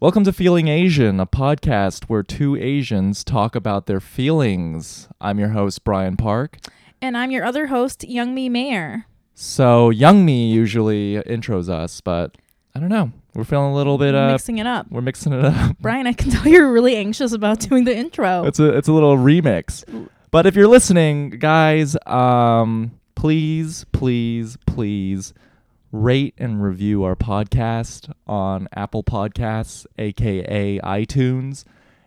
Welcome to Feeling Asian, a podcast where two Asians talk about their feelings. I'm your host, Brian Park. And I'm your other host, Young Me Mayer. So, Young Me usually intros us, but I don't know. We're feeling a little bit, uh, Mixing it up. we're mixing it up. Brian, I can tell you're really anxious about doing the intro. It's a, it's a little remix. But if you're listening, guys, um, please, please, please rate and review our podcast on Apple Podcasts, aka iTunes.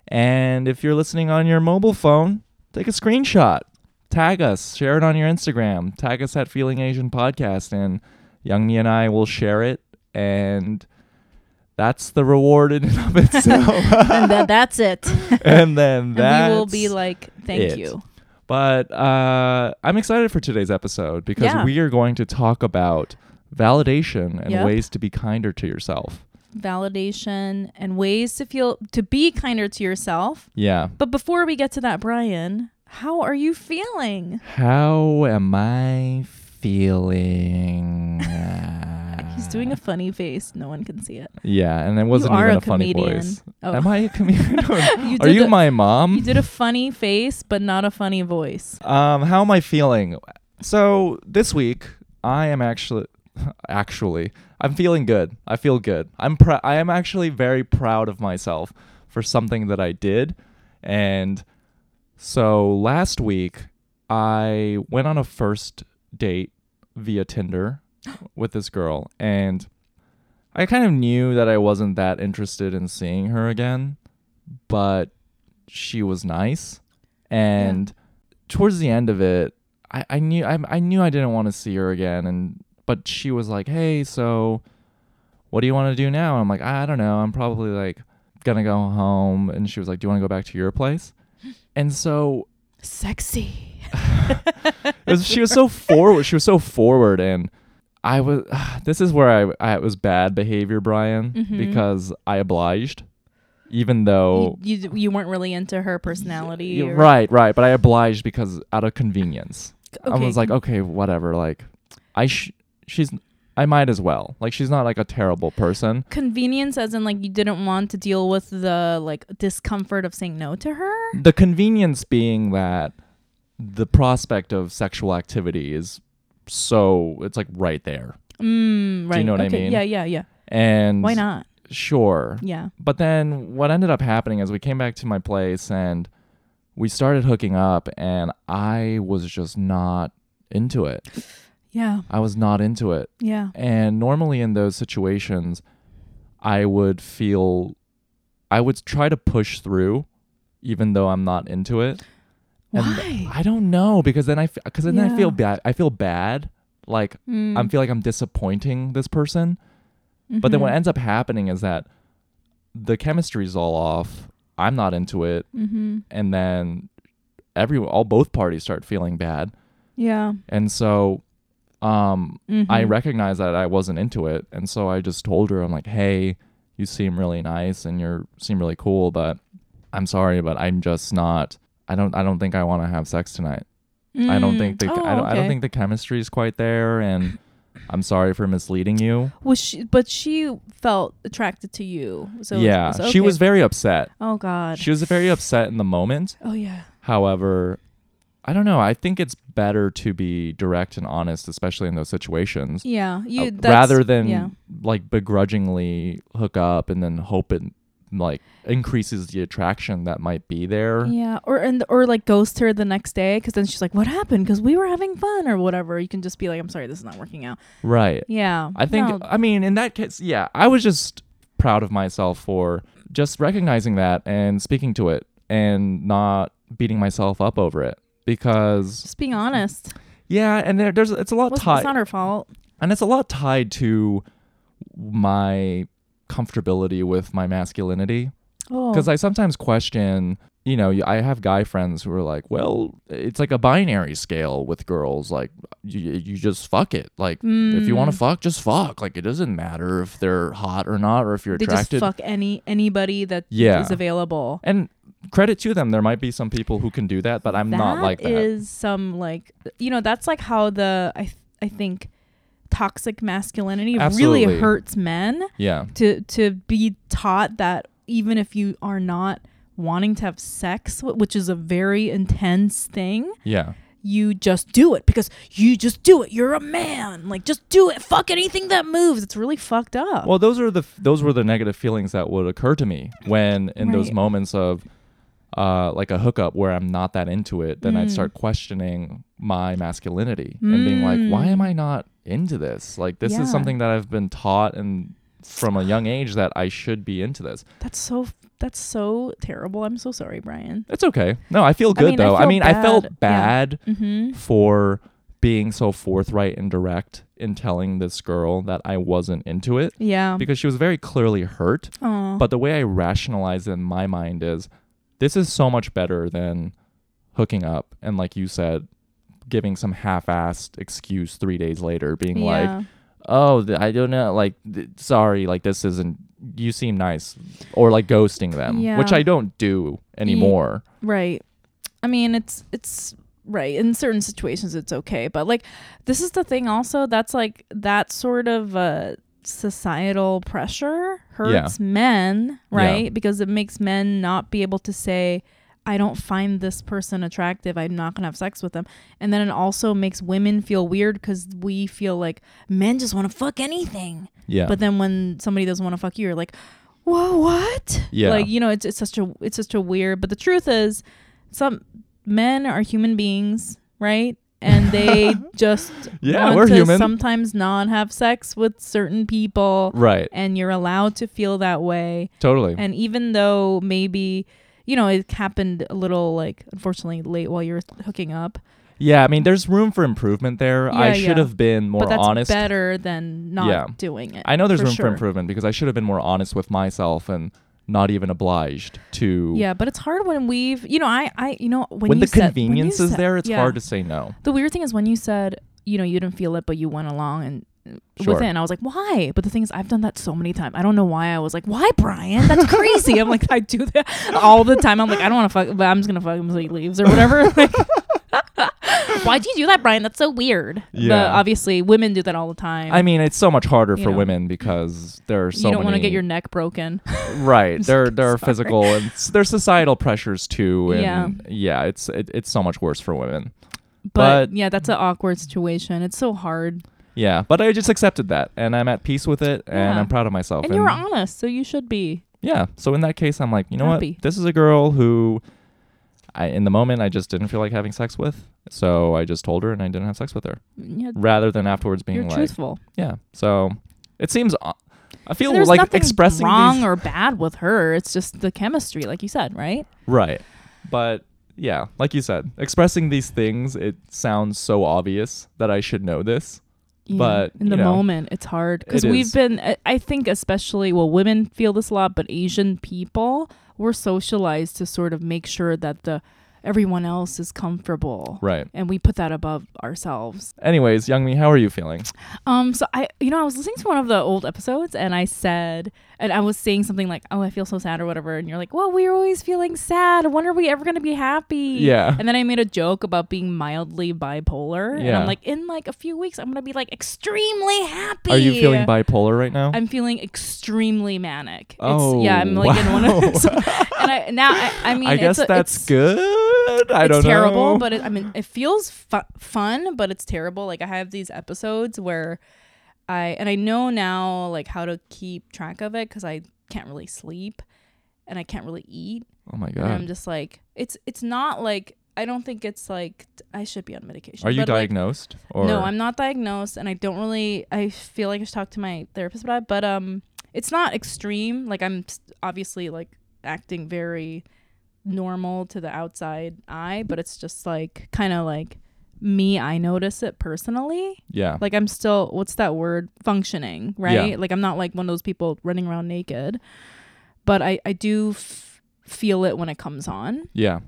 And if you're listening on your mobile phone, take a screenshot, tag us, share it on your Instagram, tag us at Feeling Asian Podcast, and Young Me and I will share it. And that's the reward in and of itself. and that, that's it. and then that and we will be like, thank it. you. but uh, I'm excited for today's episode because Yeah. we are going to talk about validation and Yep. ways to be kinder to yourself. Validation and ways to feel, to be kinder to yourself. Yeah. But before we get to that, Brian, how are you feeling? How am I feeling? He's doing a funny face. No one can see it. yeah, and it Ah. wasn't you are even a, a, funny comedian. voice. Oh. Am I a comedian? You are did you a- my you mom? did a funny face, but not a funny voice. Um, how am I feeling? So this week I am actually actually I'm feeling good. I feel good. I'm pr- I am actually very proud of myself for something that I did. And so last week I went on a first date via Tinder with this girl and I kind of knew that I wasn't that interested in seeing her again, but she was nice. And towards the end of it, I, I knew I, I knew I didn't want to see her again, and but she was like, "Hey, so what do you want to do now?" And I'm like, "I don't know. I'm probably like gonna go home." And she was like, "Do you want to go back to your place?" And so Sexy. it was, she was so forward. She was so forward, and I was. this is where I, I it was bad behavior, Brian, Mhm. because I obliged, even though You, you, you weren't really into her personality. Oh. Yeah, or- right, right. But I obliged because out of convenience. I Okay. was like, oh. okay, whatever. Like, I sh- she's I might as well. Like, she's not like a terrible person. convenience as in like you didn't want to deal with the like discomfort of saying no to her The convenience being that the prospect of sexual activity is so it's like right there. mm, right know what I okay mean? yeah yeah yeah And why not Sure. yeah But then what ended up happening is we came back to my place and we started hooking up, and I was just not into it. yeah I was not into it. yeah And normally in those situations, I would feel, I would try to push through, even though I'm not into it. And why I don't know because then I because then I feel Yeah. bad. I feel bad. Like Mm, I feel like I'm disappointing this person. But then what Mm-hmm. ends up happening is that the chemistry's all off. I'm not into it, mhm. and then every all both parties start feeling bad. yeah And so, um, I mhm. recognized that I wasn't into it, and so I just told her, I'm like, hey, you seem really nice and you seem really cool, but I'm sorry, but I'm just not. I don't. I don't think I want to have sex tonight. I don't Mm. think the. Oh, I, don't, I don't okay. think the chemistry is quite there, and I'm sorry for misleading you. was Oh, she but she felt attracted to you so yeah, so- she okay. was very upset. oh god She was very upset in the moment. oh yeah However, I don't know. I think it's better to be direct and honest, especially in those situations. yeah you uh, that's- rather than yeah like begrudgingly hook up and then hope it like increases the attraction that might be there. yeah or and or like ghost her the next day because then she's like what happened because we were having fun or whatever you can just be like i'm sorry this is not working out Right. yeah I think uh, no, I mean in that case yeah, I was just proud of myself for just recognizing that and speaking to it and not beating myself up over it because just being honest yeah, and there, there's it's a lot Wasn't- tied it's not her fault. and it's a lot tied to my comfortability with my masculinity. Oh, because I sometimes question. You know, you- I have guy friends who are like, "Well, it's like a binary scale with girls. Like, you, you just fuck it. Like, if you want Mm. to fuck, just fuck. Like, it doesn't matter if they're hot or not, or if you're they attracted." just fuck any anybody that is Yeah. available. And credit to them, there might be some people who can do that, but I'm not like that. is some like you know that's like how the I th- I think toxic masculinity really Absolutely. hurts men Yeah. to to be taught that even if you are not wanting to have sex, wh- which is a very intense thing, Yeah. you just do it because you just do it. You're a man. Like just do it. Fuck anything that moves. It's really fucked up. Well, those are the f- those were the negative feelings that would occur to me when in those Right. moments of uh, like a hookup where I'm not that into it, then I'd Mm. Mm. start questioning my masculinity and being like, why am I not into this? Like this Yeah. is something that I've been taught and from a young age that I should be into this. that's so that's so terrible. I'm so sorry, Brian. It's okay. No, I feel good mean, I though. I, feel mean, I bad. felt Yeah. bad Mm-hmm. for being so forthright and direct in telling this girl that I wasn't into it Yeah. because she was very clearly hurt. Aw. But the way I rationalize it in my mind is this is so much better than hooking up and like you said giving some half-assed excuse 3 days later being like Yeah. oh th- I don't know like th- sorry like this isn't you seem nice or like ghosting them which Yeah. I don't do anymore. Right. I mean, it's it's right. In certain situations it's okay, but like this is the thing also that's like that sort of uh societal pressure hurts men, Yeah. right? Because it makes men not be able to say I don't find this person attractive. I'm not going to have sex with them. And then it also makes women feel weird cuz we feel like men just want to fuck anything. Yeah. But then when somebody doesn't want to fuck you, you're like, whoa, what? Yeah. Like, you know, it's, it's such a it's such a weird. But the truth is, some men are human beings, right? And they just Yeah, want we're to human. Sometimes not have sex with certain people, right. and you're allowed to feel that way. Totally. And even though maybe. You know, it happened a little like unfortunately late while you're hooking up, Yeah, I mean, there's room for improvement there. Yeah, I should yeah. have been more but that's honest. better than not Yeah. doing it. I know there's for room sure. for improvement because I should have been more honest with myself and not even obliged to. Yeah, but it's hard when we've, you know, I, I, you know, when, When, you the said- convenience when is you said- there, it's yeah. hard to say no. The weird thing is when you said, you know, you didn't feel it, but you went along and uh, with Sure. it, and I was like, why? But the thing is, I've done that so many times. I don't know why I was like, why, Brian? That's crazy. I'm like, I do that all the time. I'm like, I don't want to fuck, but I'm just gonna fuck him until he leaves or whatever. Like, Why'd you do that, Brian? That's so weird. But Yeah. obviously, women do that all the time. I mean, it's so much harder You for know. women because there are so you don't many. want to get your neck broken. right. There, there are Sorry. physical and s- there's societal pressures too. And yeah, it's it, it's so much worse for women. But, But- yeah, that's an awkward situation. It's so hard. Yeah, but I just accepted that, and I'm at peace with it, and Yeah. I'm proud of myself. and you were honest, so you should be. yeah so in that case i'm like you know Happy. what this is a girl who i in the moment i just didn't feel like having sex with so i just told her and i didn't have sex with her Mm, Yeah, rather than afterwards being you're like truthful. yeah so it seems o- i feel There's like nothing expressing wrong these or bad with her. It's just the chemistry, like you said, right? right but yeah like you said expressing these things it sounds so obvious that i should know this Yeah. But, in the you know, moment, it's hard because it is. we've been. I- I think especially well, women feel this a lot, but Asian people we're socialized to sort of make sure that the everyone else is comfortable, right and we put that above ourselves. anyways young me how are you feeling Um, so I, you know, I was listening to one of the old episodes, and I said, and I was saying something like, "Oh, I feel so sad" or whatever, and you're like, "Well, we're always feeling sad. When are we ever gonna be happy?" Yeah. And then I made a joke about being mildly bipolar, and Yeah. I'm like, in like a few weeks, I'm gonna be like extremely happy. are you feeling bipolar right now I'm feeling extremely manic. Oh, it's, yeah, I'm like in one of those. and I, now I, I mean, I it's guess a- that's it's- good i it's don't terrible, know but it, I mean, it feels fu- fun, but it's terrible. Like I have these episodes where I and I know now like how to keep track of it because I can't really sleep and I can't really eat, oh my and I'm god just like it's it's not like I don't think it's like t- I should be on medication. are you but, like, diagnosed or no, I'm not diagnosed, and I don't really. I feel like I should talk to my therapist about it, but um, it's not extreme. Like I'm s- obviously like acting very normal to the outside eye, but it's just like kind of like me. I notice it personally. yeah Like I'm still what's that word functioning, right? Yeah. Like I'm not like one of those people running around naked, but I I do f- feel it when it comes on. Yeah.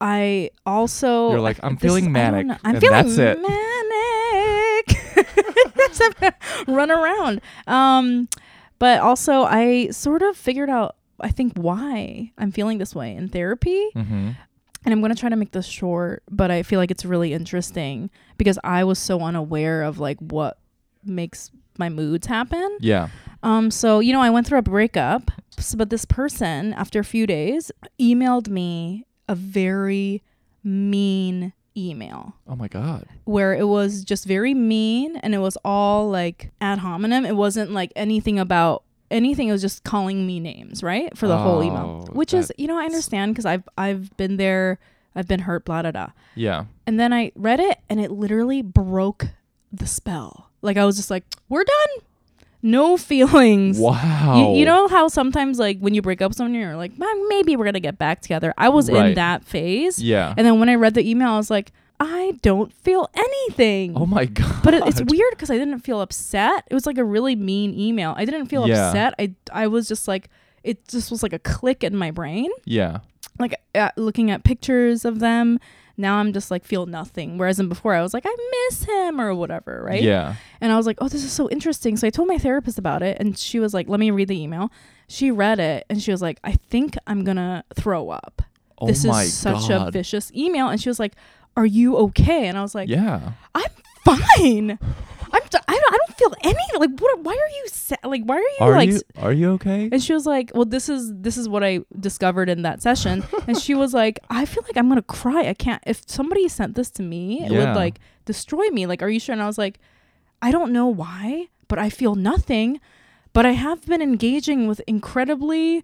I also You're like, I- I'm this feeling is- I don't manic, know. I'm and feeling that's it. manic. That's a- Run around. Um, but also I sort of figured out I think why I'm feeling this way in therapy, Mm-hmm. and I'm gonna try to make this short, but I feel like it's really interesting because I was so unaware of like what makes my moods happen. Yeah. Um, so you know, I went through a breakup, s- but this person, after a few days, emailed me a very mean email Oh my god. where it was just very mean and it was all like ad hominem. It wasn't like anything about anything. It was just calling me names, right, for the whole email, Oh, which is you know I understand because I've I've been there, I've been hurt, blah da da. Yeah. And then I read it and it literally broke the spell. Like I was just like, we're done. No feelings. Wow. You, you know how sometimes like when you break up with someone you're like, "Man, maybe we're gonna get back together. I was in Right. that phase. Yeah. And then when I read the email, I was like, I don't feel anything. Oh my god. But it, it's weird because I didn't feel upset. It was like a really mean email. I didn't feel Yeah. upset. I I was just like, it just was like a click in my brain Yeah. like uh, looking at pictures of them now i'm just like feel nothing whereas in before i was like i miss him or whatever right Yeah. and i was like oh this is so interesting so i told my therapist about it and she was like let me read the email she read it and she was like i think i'm gonna throw up Oh this my is such a god. vicious email and she was like are you okay and i was like yeah. i'm fine i'm d- I, don't, I don't feel anything like what why are you sa- like why are you Are like you are you okay? and she was like, "Well, this is this is what I discovered in that session." and she was like, "I feel like I'm gonna cry. I can't. If somebody sent this to me, it Yeah. would like destroy me. Like, are you sure?" And I was like, "I don't know why, but I feel nothing. But I have been engaging with incredibly."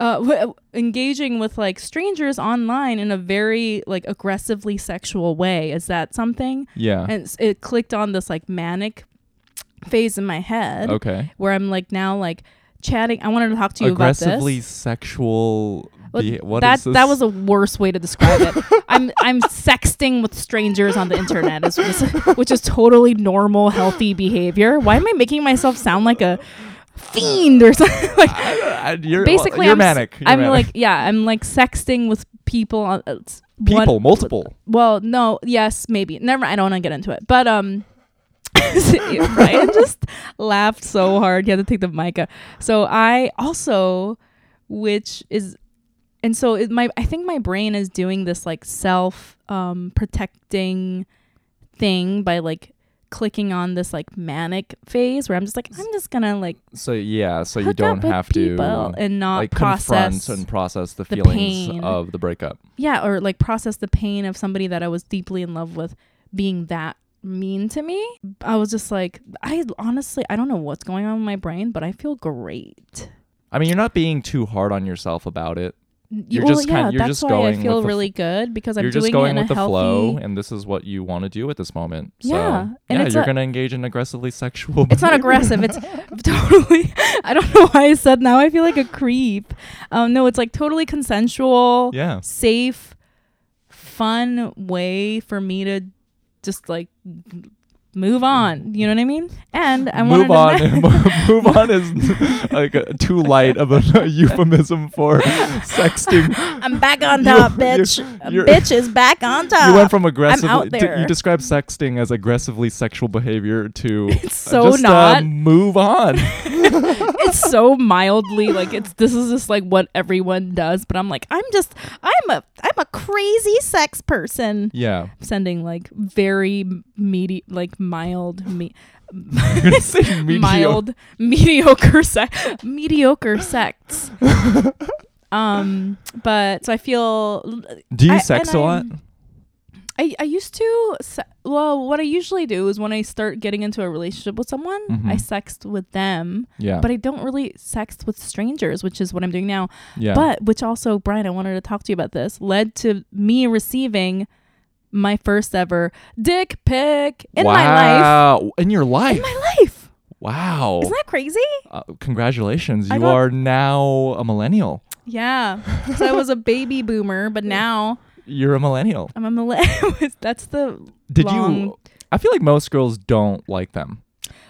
Uh, w- engaging with like strangers online in a very like aggressively sexual way is that something Yeah. and s- it clicked on this like manic phase in my head okay. where I'm like now like chatting. I wanted to talk to you Aggressively about this. sexual. Well, beha- what that is this? that was a worse way to describe it. I'm I'm sexting with strangers on the internet, is, is, which is totally normal, healthy behavior. Why am I making myself sound like a fiend or something? like I- I- you're, basically, you're I'm, s- manic. You're I'm manic. like yeah, I'm like sexting with people on uh, s- one- people, multiple. well, no, yes, maybe. Never. I don't want to get into it, but um, Ryan just laughed so hard. He had to take the mic. Out. So I also, which is, and so it, my I think my brain is doing this like self um protecting thing by like clicking on this like manic phase where I'm just like I'm just gonna like So yeah, so you hook up don't with have to people and not like process confront and process the, the feelings pain. of the breakup. yeah or like process the pain of somebody that i was deeply in love with being that mean to me i was just like i honestly i don't know what's going on in my brain but i feel great I mean, you're not being too hard on yourself about it. You're well, just yeah, kind- you're that's just why going I with feel the fl- really good because I'm you're doing just going it with in a the healthy. flow, and this is what you want to do at this moment. So, Yeah, and yeah, it's you're a- gonna engage in aggressively sexual. It's not aggressive. It's totally. I don't know why I said now. I feel like a creep. Um, no, it's like totally consensual, yeah, safe, fun way for me to just like move on. You know what I mean? And I wanted move to on. ma- move on is like a, too light of a euphemism for sexting. I'm back on You- top, you- bitch. you're- bitch is back on top. you went from aggressively. Uh, out to- there. you described sexting as aggressively sexual behavior to It's so just, uh, not. move on. it's so mildly like it's this is just like what everyone does, but I'm like I'm just I'm a I'm a crazy sex person. yeah. Sending like very meaty, like mild, me- I'm gonna say medio- mild, mediocre sex, mediocre sex. um, but so I feel Do you I- sex and a lot? I, I used to se- well what i usually do is when i start getting into a relationship with someone Mhm. i sexed with them Yeah. but i don't really sext with strangers which is what i'm doing now yeah. but which also brian i wanted to talk to you about this led to me receiving my first ever dick pic in my life Wow. In your life. in my life wow. isn't that crazy Uh, congratulations. I You got- are now a millennial. yeah so i was a baby boomer but now You're a millennial. i'm a millennial that's the Did Long. you? I feel like most girls don't like them.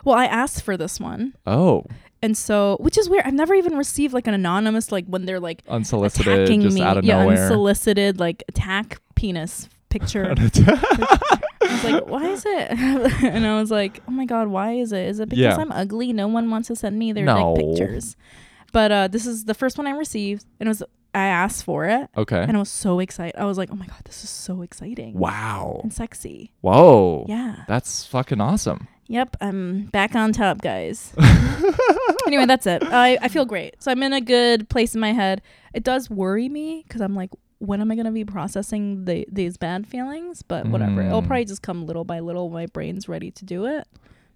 well i asked for this one Oh, And so, which is weird. I've never even received like an anonymous, like when they're like unsolicited, attacking just me. out of yeah, nowhere. unsolicited, like attack penis picture. I was like, why is it? and I was like, oh my God, why is it? Is it because Yeah. I'm ugly? No one wants to send me their No. dick pictures. But uh, this is the first one I received. And it was, I asked for it. okay. And I was so excited. I was like, oh my God, this is so exciting Wow. and sexy. Whoa. Yeah. That's fucking awesome. Yep, I'm back on top, guys. anyway, that's it. I, I feel great. So I'm in a good place in my head. It does worry me because I'm like, when am I going to be processing the, these bad feelings? But whatever. It'll Mm. probably just come little by little. My brain's ready to do it.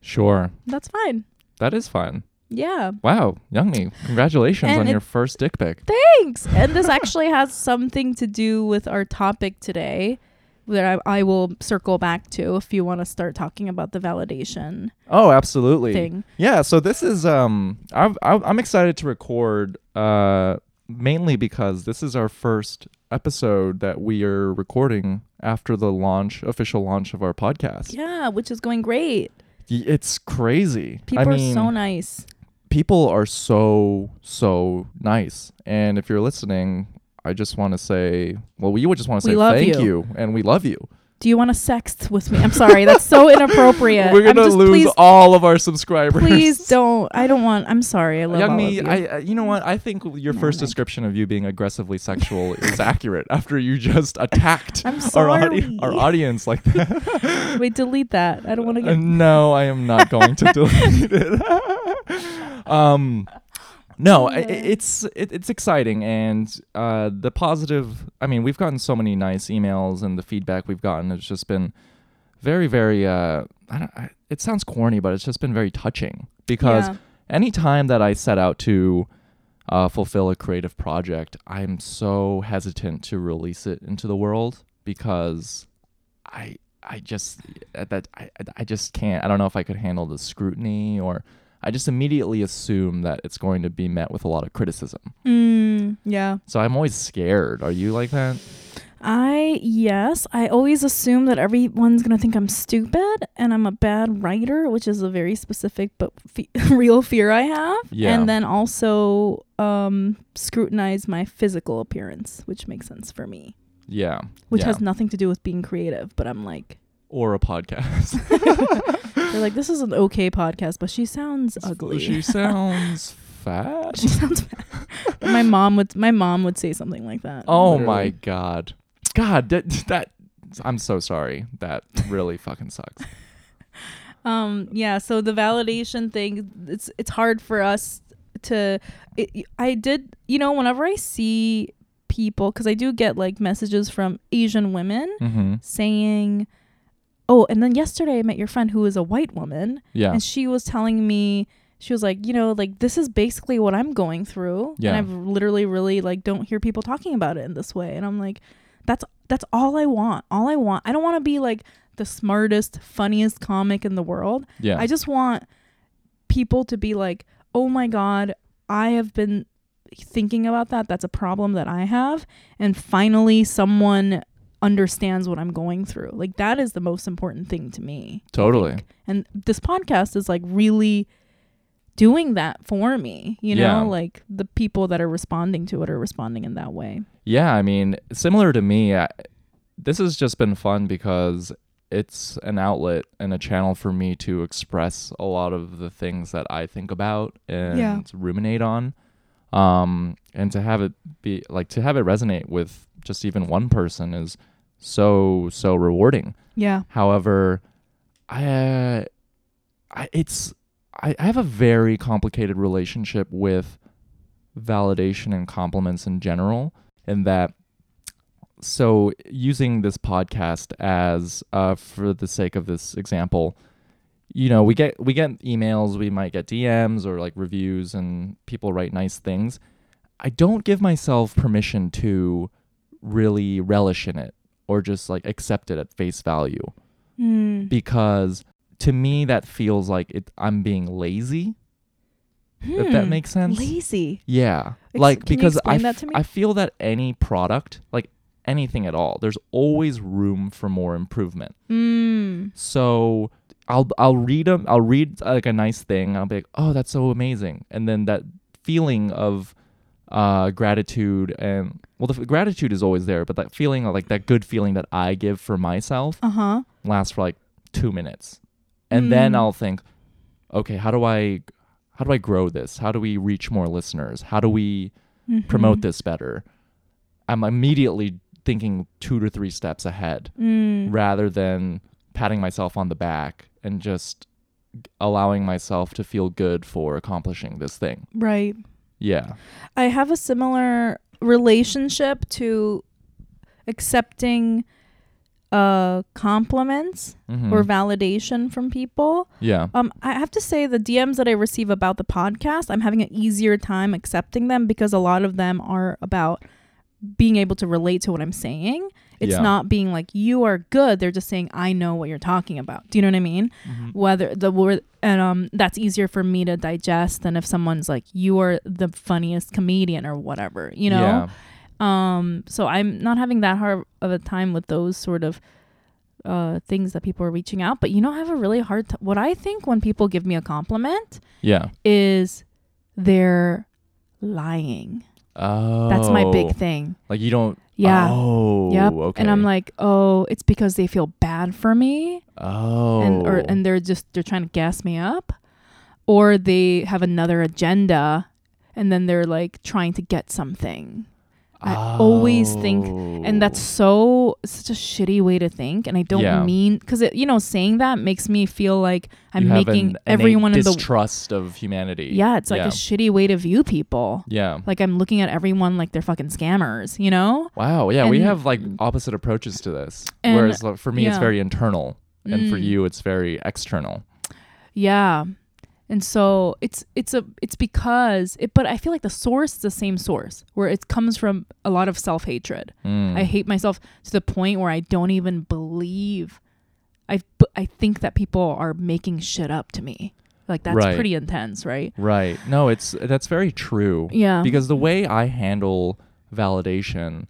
Sure. That's fine. That is fun. Yeah. Wow, young me. Congratulations And on it- your first dick pic. Thanks. And this actually has something to do with our topic today that I, I will circle back to if you want to start talking about the validation Oh, absolutely. thing. Yeah, so this is um I've, I've- I'm excited to record uh mainly because this is our first episode that we are recording after the launch official launch of our podcast. Yeah, which is going great. Y- It's crazy. People I mean, are so nice. people are so so nice. And if you're listening, I just want to say, well, we would just want to We say love thank you. you and we love you. Do you want to sext with me? I'm sorry, that's so inappropriate. We're Uh, I'm gonna just, lose please, all of our subscribers. please don't. I don't want. I'm sorry. I love Young all me, of you. I, I- you know what? I think your No, first thank you. description of you being aggressively sexual is accurate after you just attacked I'm our, sorry. audi- our audience like that. Wait, delete that. I don't want to Uh, get. no, I am not going to delete it. um, no, I- I Anyway. it's it, it's exciting and uh, the positive. I mean, we've gotten so many nice emails and the feedback we've gotten has just been very, very. Uh, I don't, I, it sounds corny, but it's just been very touching because Yeah. any time that I set out to uh, fulfill a creative project, I'm so hesitant to release it into the world because I I just at that I, I just can't. I don't know if I could handle the scrutiny or I just immediately assume that it's going to be met with a lot of criticism. Mm, yeah. So I'm always scared. Are you like that? I yes, I always assume that everyone's gonna think I'm stupid and I'm a bad writer, which is a very specific but fe- real fear I have. Yeah. And then also um, scrutinize my physical appearance, which makes sense for me, Yeah. which yeah. has nothing to do with being creative. But I'm like, or a podcast. they're like, this is an okay podcast, but she sounds ugly. She sounds fat. She sounds bad. my mom would my mom would say something like that. Oh my literally. god. God, that that I'm so sorry. That really fucking sucks. um yeah so the validation thing it's it's hard for us to it, i did you know whenever i see people because i do get like messages from asian women Mm-hmm. saying oh and then yesterday i met your friend who is a white woman Yeah. and she was telling me she was like you know like this is basically what i'm going through Yeah. and i've literally really like don't hear people talking about it in this way and i'm like that's that's all i want all i want i don't want to be like the smartest funniest comic in the world yeah. I just want people to be like, oh my God, I have been thinking about that. That's a problem that I have. And finally, someone understands what I'm going through. Like, that is the most important thing to me. totally. And this podcast is like really doing that for me. You know, Yeah. like the people that are responding to it are responding in that way. Yeah, I mean, similar to me, I, this has just been fun because it's an outlet and a channel for me to express a lot of the things that I think about and Yeah. ruminate on. Um, and to have it be like to have it resonate with just even one person is so so rewarding. Yeah. However, I, I it's I, I have a very complicated relationship with validation and compliments in general, in that so using this podcast as uh, for the sake of this example, you know, we get we get emails, we might get DMs or like reviews, and people write nice things. I don't give myself permission to really relish in it or just like accept it at face value Hmm. Mm. because to me that feels like it I'm being lazy if that Hmm. makes sense. Lazy. yeah. Ex- like can you because I explain that to me? I feel that any product, like anything at all, there's always room for more improvement. Mm. So I'll I'll read a I'll read like a nice thing. I'll be like, oh, that's so amazing, and then that feeling of uh, gratitude and well, the f- gratitude is always there, but that feeling of, like that good feeling that I give for myself Uh huh. lasts for like two minutes, and then Mm. I'll think, okay, how do I how do I grow this? How do we reach more listeners? How do we Mm-hmm. Mm. promote this better? I'm immediately thinking two to three steps ahead Mm. rather than patting myself on the back and just allowing myself to feel good for accomplishing this thing. Right. Yeah. I have a similar relationship to accepting uh compliments Mhm. or validation from people. yeah. Um I have to say the DMs that I receive about the podcast, I'm having an easier time accepting them because a lot of them are about being able to relate to what I'm saying. It's Yeah. not being like you are good. They're just saying I know what you're talking about. Do you know what I mean? Mm-hmm. whether the word and um that's easier for me to digest than if someone's like you are the funniest comedian or whatever you know Yeah. um so i'm not having that hard of a time with those sort of uh things that people are reaching out but you know i have a really hard t- what i think when people give me a compliment Yeah. is they're lying Oh. that's my big thing Like you don't. yeah Oh. yep Okay. and i'm like oh it's because they feel bad for me Oh. and or and they're just they're trying to gas me up or they have another agenda and then they're like trying to get something I always think- and that's Oh. so such a shitty way to think and i don't Yeah. mean because you know saying that makes me feel like i'm You have making an innate everyone in the distrust of humanity. yeah it's like yeah. a shitty way to view people yeah. like i'm looking at everyone like they're fucking scammers you know Wow. Yeah, we and- have like opposite approaches to this. And- Whereas like, for me, it's yeah. very internal, and for Mm. you, it's very external. yeah and so it's it's a it's because it but i feel like the source is the same source where it comes from a lot of self-hatred Mm. I hate myself to the point where I don't even believe I b- I think that people are making shit up to me. Like that's Right. pretty intense, right? Right. No, it's that's very true. Yeah. Because the way I handle validation,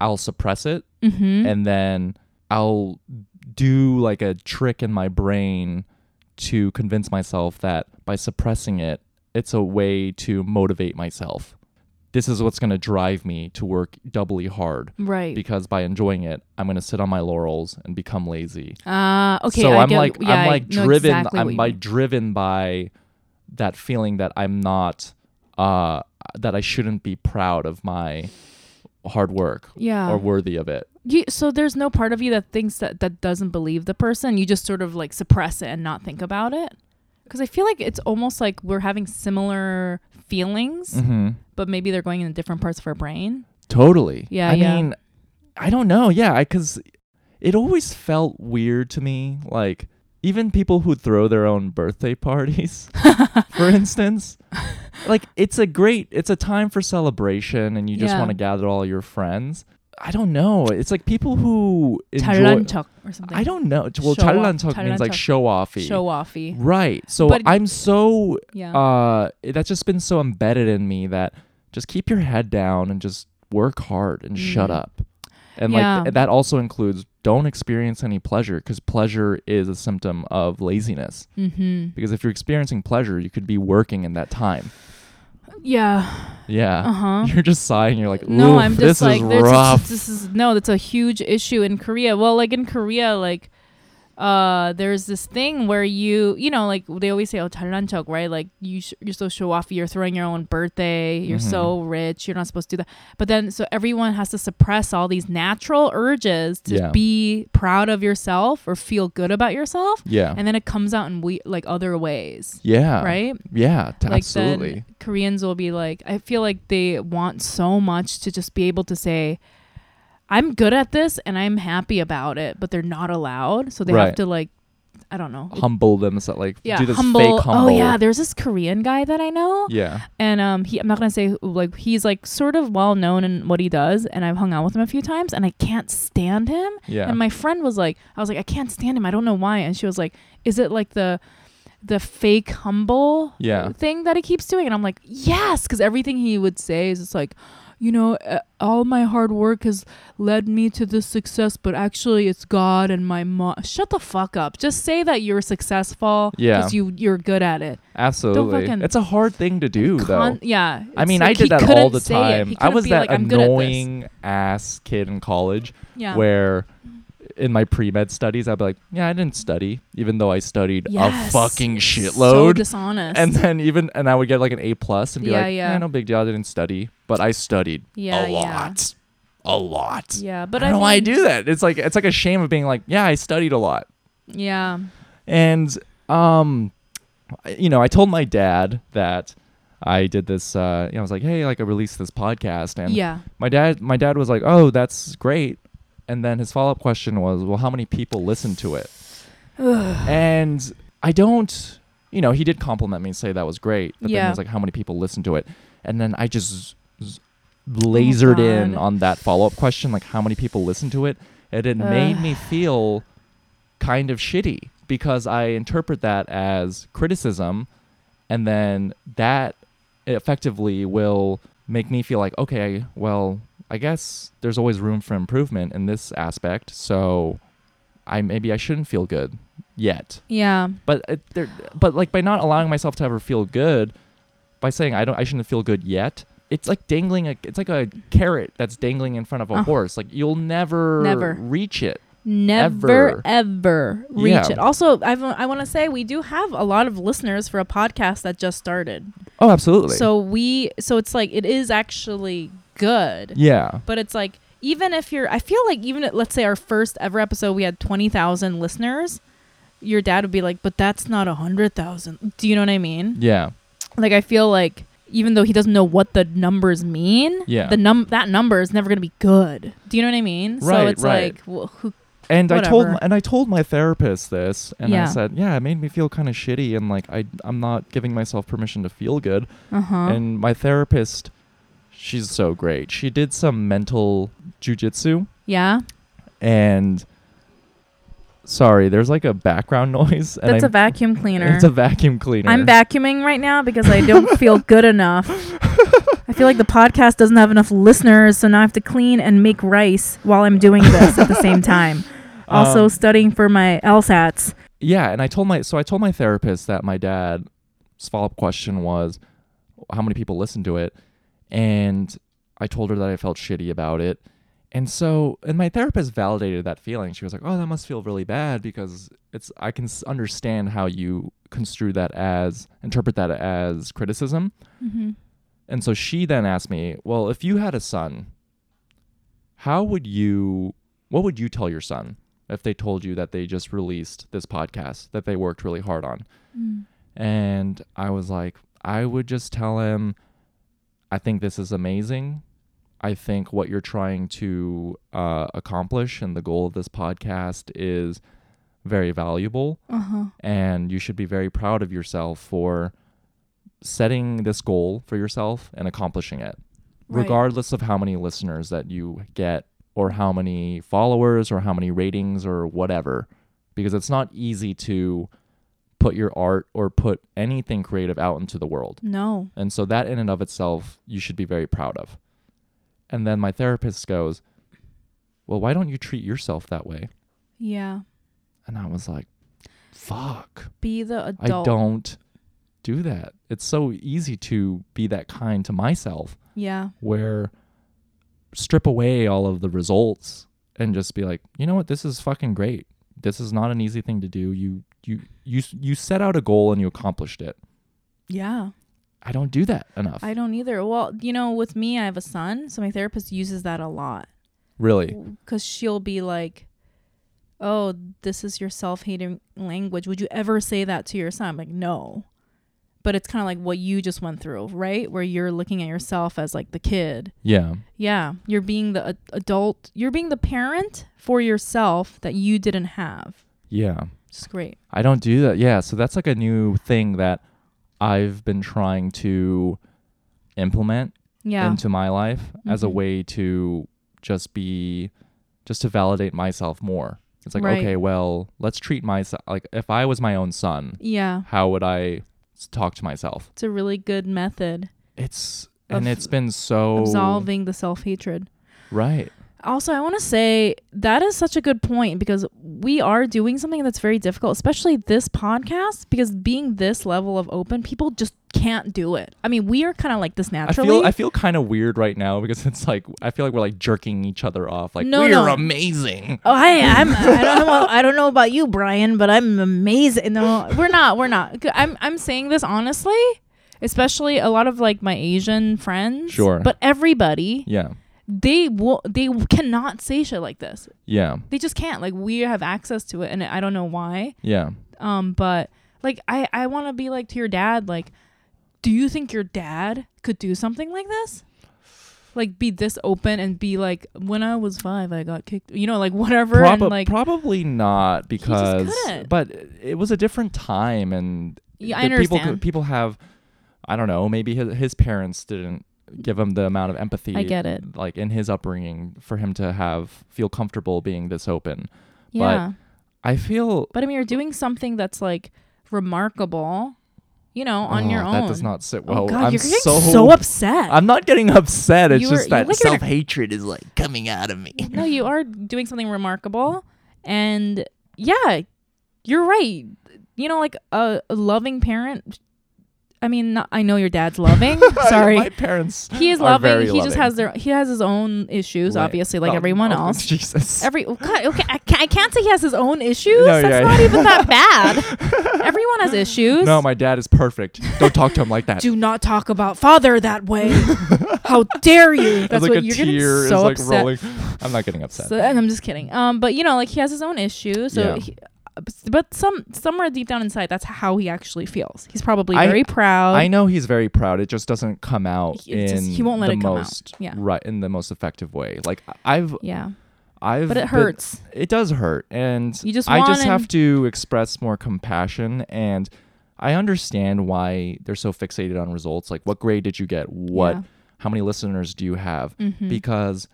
I'll suppress it Mm-hmm. and then I'll do like a trick in my brain to convince myself that by suppressing it, it's a way to motivate myself. This is what's going to drive me to work doubly hard right. because by enjoying it, I'm going to sit on my laurels and become lazy. uh, okay. So I I'm get- like yeah, I'm I like know driven exactly what I'm you by mean. driven by that feeling that I'm not uh that I shouldn't be proud of my hard work yeah. or worthy of it. you, so there's no part of you that thinks that that doesn't believe the person. You just sort of like suppress it and not think about it. Because I feel like it's almost like we're having similar feelings, Mhm. but maybe they're going in different parts of our brain. Totally. Yeah, I yeah. mean, I don't know. Yeah, because it always felt weird to me. Like even people who throw their own birthday parties, for instance, like it's a great, it's a time for celebration, and you just Yeah. want to gather all your friends. I don't know. It's like people who enjoy. Tarantuk or something. I don't know. Well, Show off- tarantuk means like tarantuk. show offy. show offy. Right. So But- I'm so Yeah. uh that's just been so embedded in me that just keep your head down and just work hard and shut Mm. up and Yeah. like th- that also includes don't experience any pleasure because pleasure is a symptom of laziness mm-hmm. because if you're experiencing pleasure you could be working in that time Yeah. Uh yeah huh. you're just sighing you're like No, "Oof, I'm this just like is there's rough This, is no, that's a huge issue in Korea. Well, like in Korea, like uh there's this thing where you you know like they always say oh tarantok right like you sh- you're so show off you're throwing your own birthday you're Mm-hmm. so rich you're not supposed to do that but then so everyone has to suppress all these natural urges to Yeah. be proud of yourself or feel good about yourself yeah and then it comes out in we like other ways yeah right yeah t- like absolutely then Koreans will be like I feel like they want so much to just be able to say I'm good at this and I'm happy about it but they're not allowed so they Right. have to like I don't know humble themselves like yeah do this humble. fake humble oh yeah there's this Korean guy that I know yeah and um he I'm not gonna say who, like he's like sort of well known in what he does and I've hung out with him a few times and I can't stand him yeah and my friend was like, I was like, I can't stand him. I don't know why. And she was like, Is it like the the fake humble Yeah. thing that he keeps doing? And I'm like, Yes, because everything he would say is just like, you know, uh, all my hard work has led me to this success, but actually, it's God and my mom. Shut the fuck up. Just say that you're successful. Yeah. 'cause you you're good at it. absolutely fucking- it's a hard thing to do though Con- yeah. I it's mean, like I he did that all couldn't the say it. time. He I couldn't was be that like, "I'm good at this." annoying ass kid in college Yeah. where in my pre med studies, I'd be like, yeah, I didn't study, even though I studied Yes. a fucking So shitload. dishonest. and then even, and I would get like an A plus and be Yeah, like, yeah. yeah, no big deal. I didn't study, but I studied Yeah, a yeah. lot. A lot. yeah, but I I don't know why I mean- do that. It's like, it's like a shame of being like, yeah, I studied a lot. Yeah. And um, I- you know, I told my dad that I did this. Uh, you know, I was like, hey, like I released this podcast, and yeah. my dad, my dad was like, oh, that's great. And then his follow up question was, well, how many people listen to it? and I don't, you know, he did compliment me and say that was great. But then Yeah. he was like, how many people listen to it? And then I just z- lasered in Oh God. on that follow up question, like, how many people listen to it? And it made Ugh. me feel kind of shitty because I interpret that as criticism. And then that effectively will make me feel like, okay, well, I guess there's always room for improvement in this aspect. So I maybe I shouldn't feel good yet. Yeah. But it, there, but like by not allowing myself to ever feel good, by saying I don't, I shouldn't feel good yet. It's like dangling a, it's like a carrot that's dangling in front of a Uh. horse. Like you'll never, Never. reach it. Never ever, reach Yeah. it. Also, I've, I want to say we do have a lot of listeners for a podcast that just started. Oh, absolutely. So we so it's like it is actually good. yeah, But it's like even if you're I feel like even at, let's say our first ever episode we had 20,000 listeners, your dad would be like, "But that's not a 100,000." Do you know what I mean? yeah, like I feel like even though he doesn't know what the numbers mean, Yeah. the num that number is never gonna be good. Do you know what I mean? so Right, it's right. like, well, who, and I told Whatever. and I told my therapist this, and I Yeah. said, yeah, it made me feel kind of shitty, and like I I'm not giving myself permission to feel good. uh huh, And my therapist, she's so great. She did some mental jujitsu. yeah, and sorry, there's like a background noise. And that's a a vacuum cleaner. It's a vacuum cleaner. I'm vacuuming right now because I don't feel good enough. I feel like the podcast doesn't have enough listeners, so now I have to clean and make rice while I'm doing this at the same time. Also Um, studying for my LSATs. yeah, and I told my so I told my therapist that my dad's follow up question was how many people listen to it, and I told her that I felt shitty about it. And so, and my therapist validated that feeling. She was like, "Oh, that must feel really bad because it's I can s- understand how you construe that as interpret that as criticism." Mm-hmm. And so she then asked me, "Well, if you had a son, how would you what would you tell your son if they told you that they just released this podcast that they worked really hard on?" And I was like, "I would just tell him I think this is amazing. I think what you're trying to uh, accomplish and the goal of this podcast is very valuable Uh huh. and you should be very proud of yourself for setting this goal for yourself and accomplishing it Right. regardless of how many listeners that you get or how many followers or how many ratings or whatever because it's not easy to put your art or put anything creative out into the world No. and so that in and of itself you should be very proud of and then my therapist goes well why don't you treat yourself that way Yeah. and i was like fuck Be the I adult. don't do that. It's so easy to be that kind to myself Yeah. where strip away all of the results and just be like, "You know what? This is fucking great. This is not an easy thing to do. You you you you set out a goal and you accomplished it." Yeah. I don't do that enough. I don't either. Well, you know, with me, I have a son, so my therapist uses that a lot really. because she'll be like, "Oh, this is your self-hating language. Would you ever say that to your son?" I'm like, "No," but it's kind of like what you just went through, right? Where you're looking at yourself as like the kid. Yeah. Yeah, you're being the ad- adult. You're being the parent for yourself that you didn't have. Yeah. It's great. I don't do that. Yeah, so that's like a new thing that I've been trying to implement Yeah, into my life as a Mhm. way to just be just to validate myself more. It's like, Right. okay, well, let's treat myself like if I was my own son, yeah. how would I s- talk to myself? It's a really good method It's Of and it's been so absolving the self-hatred. right. Also, I want to say that is such a good point because we are doing something that's very difficult, especially this podcast, because being this level of open, people just can't do it. I mean, we are kind of like this naturally. I feel I feel kind of weird right now because it's like I feel like we're like jerking each other off like No, we're no. amazing. Oh, I, I'm. I don't know. I don't know about you, Brian, but I'm amazing. No, we're not. We're not. I'm. I'm saying this honestly, especially a lot of like my Asian friends. Sure. But everybody, Yeah. they will. They cannot say shit like this. Yeah. They just can't. Like we have access to it, and I don't know why. Yeah. um but Like I I want to be like to your dad like do you think your dad could do something like this? Like be this open and be like when I was 5 I got kicked, you know, like whatever Proba- and like probably not because couldn't. but it was a different time and Yeah, the I people understand. could- people have I don't know maybe his, his parents didn't give him the amount of empathy I get it. like in his upbringing for him to have feel comfortable being this open Yeah. I feel But I mean, you're doing something that's like remarkable, you know, on Oh, your own. that does not sit well oh God, I'm you're getting so so, upset. I'm not getting upset it's You were- just you that look at her- Oh self-hatred is like coming out of me no, you are doing something remarkable, and yeah, you're right. You know, like a, a loving parent. I mean, not, I know your dad's loving. Sorry, my parents he is are loving. very He just loving. has their he has his own issues, Right. obviously, like Oh, everyone oh, else. Jesus Every oh, God, okay, I can't, I can't say he has his own issues. No, That's yeah, not yeah. even that bad. everyone has issues. No, my dad is perfect. Don't talk to him like that. do not talk about father that way. How dare you? That's It's like what a you're getting tear so is like upset. rolling. I'm not getting upset. So, and I'm just kidding. Um, but you know, like he has his own issues. So, Yeah. he, uh, but some somewhere deep down inside, that's how he actually feels. He's probably I- very proud. I know he's very proud. It just doesn't come out He- it's in just- he won't let the it come out. most Yeah. right in the most effective way. Like I've yeah, I've but it been- hurts. it does hurt, and You just I just wanna- have to express more compassion and. I understand why they're so fixated on results. Like, what grade did you get? What? Yeah. How many listeners do you have? Mhm. because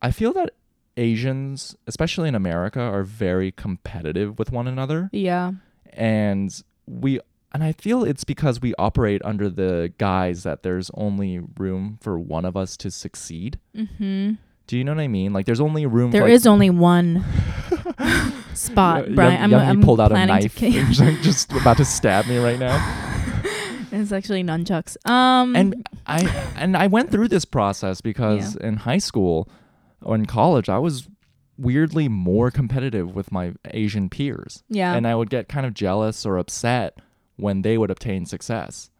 I feel that Asians, especially in America, are very competitive with one another. yeah, And we and I feel it's because we operate under the guise that there's only room for one of us to succeed. mm-hmm. Do you know what I mean? Like there's only room There for is only one spot, like, Uh, Brian. Young- I'm, Young, I'm you pulled out a planning knife. to and ki- He's like just about to stab me right now. it's actually nunchucks. Um, And I and I went through this process because in high school or in college I was weirdly more competitive with my Asian peers. yeah, and I would get kind of jealous or upset when they would obtain success.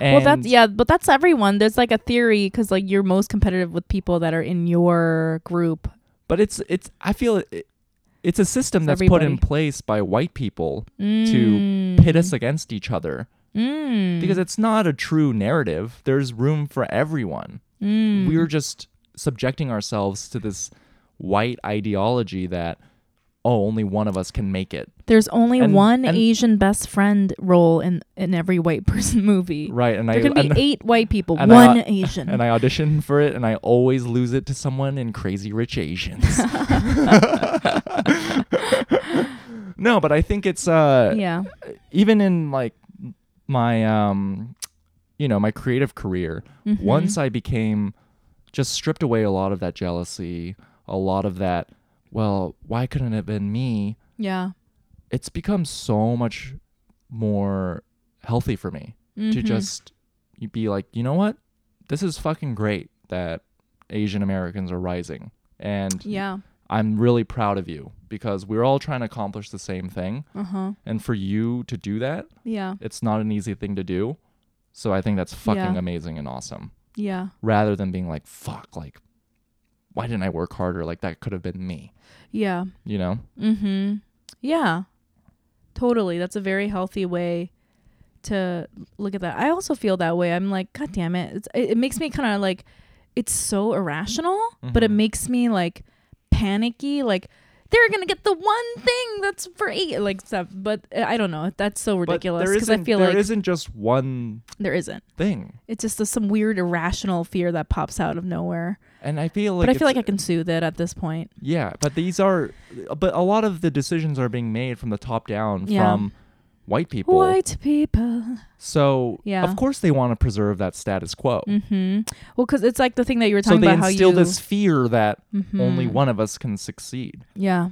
And Well, that's yeah, but that's everyone. There's like a theory because like you're most competitive with people that are in your group. But it's it's I feel it, it's a system that's put in everybody. place by white people Mm. to pit us against each other mm. because it's not a true narrative. There's room for everyone. mm. We're just subjecting ourselves to this white ideology that oh, only one of us can make it. there's only and- one and- Asian best friend role in in every white person movie. Right, and There I could be and, eight white people, and I- uh, one Asian. and I audition for it and I always lose it to someone in Crazy Rich Asians. no, but I think it's uh yeah, even in like my um you know, my creative career, Mm-hmm. once I became just stripped away a lot of that jealousy, a lot of that, well, why couldn't it have been me? yeah, It's become so much more healthy for me to Mhm. just you be like, you know what? This is fucking great that Asian Americans are rising. And Mm-hmm. yeah, I'm really proud of you because we're all trying to accomplish the same thing. uh huh, And for you to do that, yeah, it's not an easy thing to do. So I think that's fucking Yeah. amazing and awesome. yeah. Rather than being like, fuck, like, why didn't I work harder? Like, that could have been me, Yeah. you know? Mm-hmm. Yeah. Totally. That's a very healthy way to look at that. I also feel that way. I'm like, God damn it. It's, it, it makes me kind of like, it's so irrational, but it Mhm. makes me like panicky. Like, they're going to get the one thing that's for eight, like stuff. But uh, I don't know. That's so ridiculous because I feel like not just one there isn't. thing. It's just a, some weird irrational fear that pops out of nowhere. And I feel like but I feel like I can soothe it at this point. Yeah, but these are, but a lot of the decisions are being made from the top down Yeah. from white people. White people. So Yeah. of course they want to preserve that status quo. Mm-hmm. Well, because it's like the thing that you were So talking they about how instill you this fear that only Mhm. one of us can succeed. Yeah.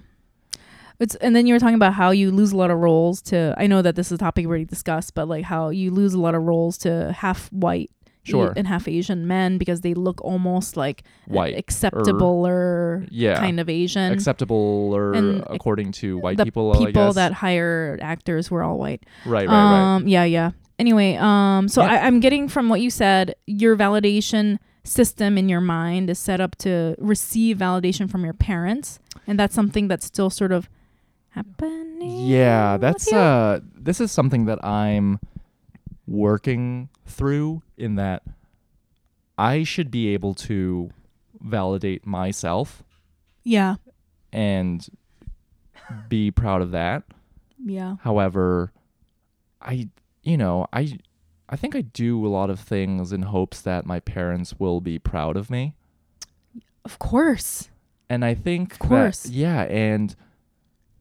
It's and then you were talking about how you lose a lot of roles to I know that this is a topic we already discussed, but like how you lose a lot of roles to half white A- Sure. and half Asian men because they look almost like White-er. acceptable or er, Yeah. kind of Asian. Acceptable or e And according to white the people, I people guess. that hire actors were all white. right, right, right. Um, yeah, yeah. Anyway, um, so Yeah. I, I'm getting from what you said, your validation system in your mind is set up to receive validation from your parents, and that's something that's still sort of happening. Yeah, that's here. uh this is something that I'm working through in that I should be able to validate myself yeah, and be proud of that. yeah, However, I you know, I I think I do a lot of things in hopes that my parents will be proud of me. of course. And I think that- course. yeah, and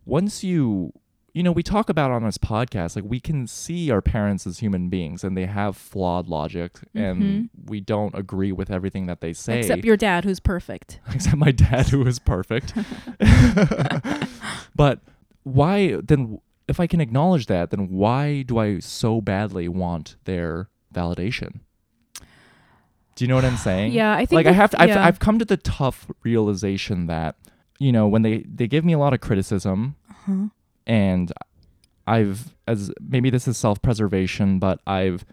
once you you know, we talk about on this podcast, like we can see our parents as human beings and they have flawed logic and we don't agree with everything that they say. Mm-hmm. Except your dad, who's perfect. except my dad who is perfect. but why then if I can acknowledge that, then why do I so badly want their validation? Do you know what I'm saying? Yeah, I think like I that- have to, I've, yeah. I've come to the tough realization that you know when they they give me a lot of criticism Uh-huh. and I've as maybe this is self-preservation but I've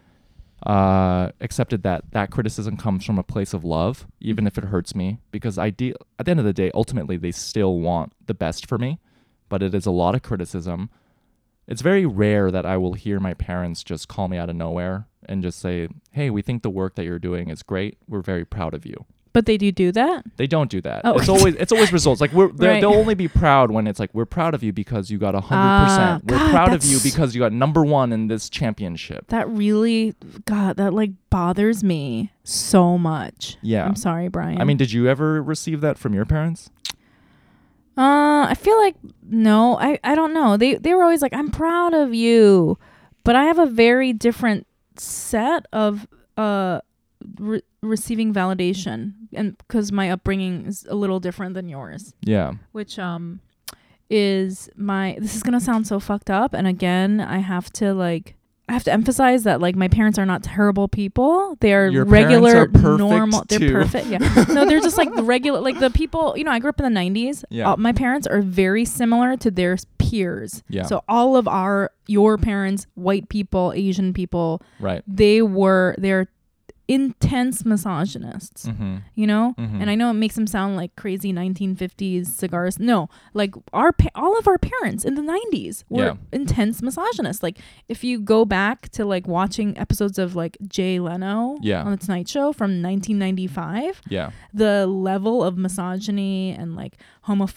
uh accepted that that criticism comes from a place of love even if it hurts me because I de- at the end of the day ultimately they still want the best for me but it is a lot of criticism it's very rare that I will hear my parents just call me out of nowhere and just say, "Hey, we think the work that you're doing is great. We're very proud of you." But they do do that. They don't do that. Oh. It's always it's always results. Like we're they're- Right. they'll only be proud when it's like we're proud of you because you got a hundred Ah, percent. We're God, proud of you that's- because you got number one in this championship. That really, God, that like bothers me so much. Yeah. I'm sorry, Brian. I mean, did you ever receive that from your parents? Uh, I feel like no, I I don't know. They they were always like, "I'm proud of you," but I have a very different set of uh re- receiving validation, and because my upbringing is a little different than yours, Yeah. which um is my. This is gonna sound so fucked up, and again, I have to like. I have to emphasize that like my parents are not terrible people. They are Your parents regular, are perfect, normal. They're too. perfect. Yeah. No, they're just like the regular, like the people. You know, I grew up in the '90s. Yeah. Uh, my parents are very similar to their peers. Yeah. So all of our your parents, white people, Asian people, Right. they were they're intense misogynists. Mm-hmm. You know, Mhm. and I know it makes them sound like crazy 1950s cigars. No, like our pa- all of our parents in the 90s were Yeah. intense misogynists. Like if you go back to like watching episodes of like Jay Leno Yeah. on the Tonight Show from 1995 Yeah. the level of misogyny and like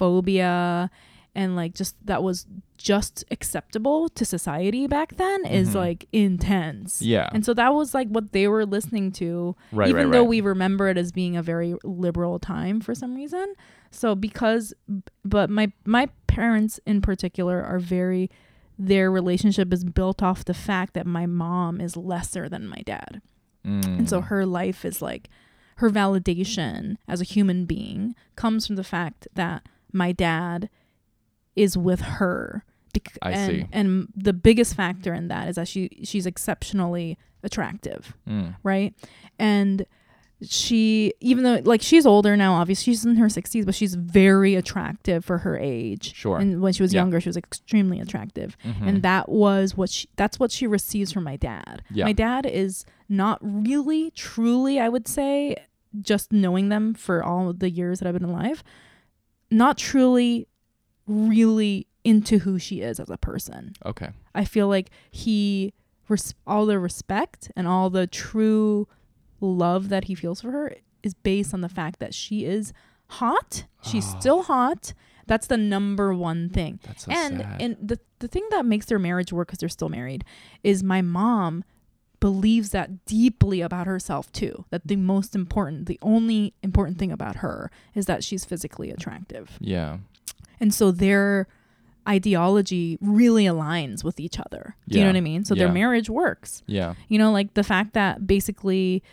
homophobia and like just that was just acceptable to society back then is Mhm. like intense. Yeah. And so that was like what they were listening to, Right, even right, though right. we remember it as being a very liberal time for some reason. So because, but my my parents in particular are very, their relationship is built off the fact that my mom is lesser than my dad. Mm. And so her life is like her validation as a human being comes from the fact that my dad is with her. Bec- I and, see. And the biggest factor in that is that she she's exceptionally attractive, Mm. right? And she even though like she's older now obviously she's in her 60s but she's very attractive for her age Sure. and when she was Yeah. younger she was extremely attractive Mhm. and that was what she that's what she receives from my dad Yeah. my dad is not really truly i would say just knowing them for all the years that i've been alive not truly really into who she is as a person okay. i feel like he res- all the respect and all the true love that he feels for her is based on the fact that she is hot she's Oh. still hot that's the number one thing That's so and sad. and the the thing that makes their marriage work because they're still married is my mom believes that deeply about herself too that the most important the only important thing about her is that she's physically attractive yeah. and so their ideology really aligns with each other do you know Yeah. what i mean so Yeah. their marriage works Yeah. you know like the fact that basically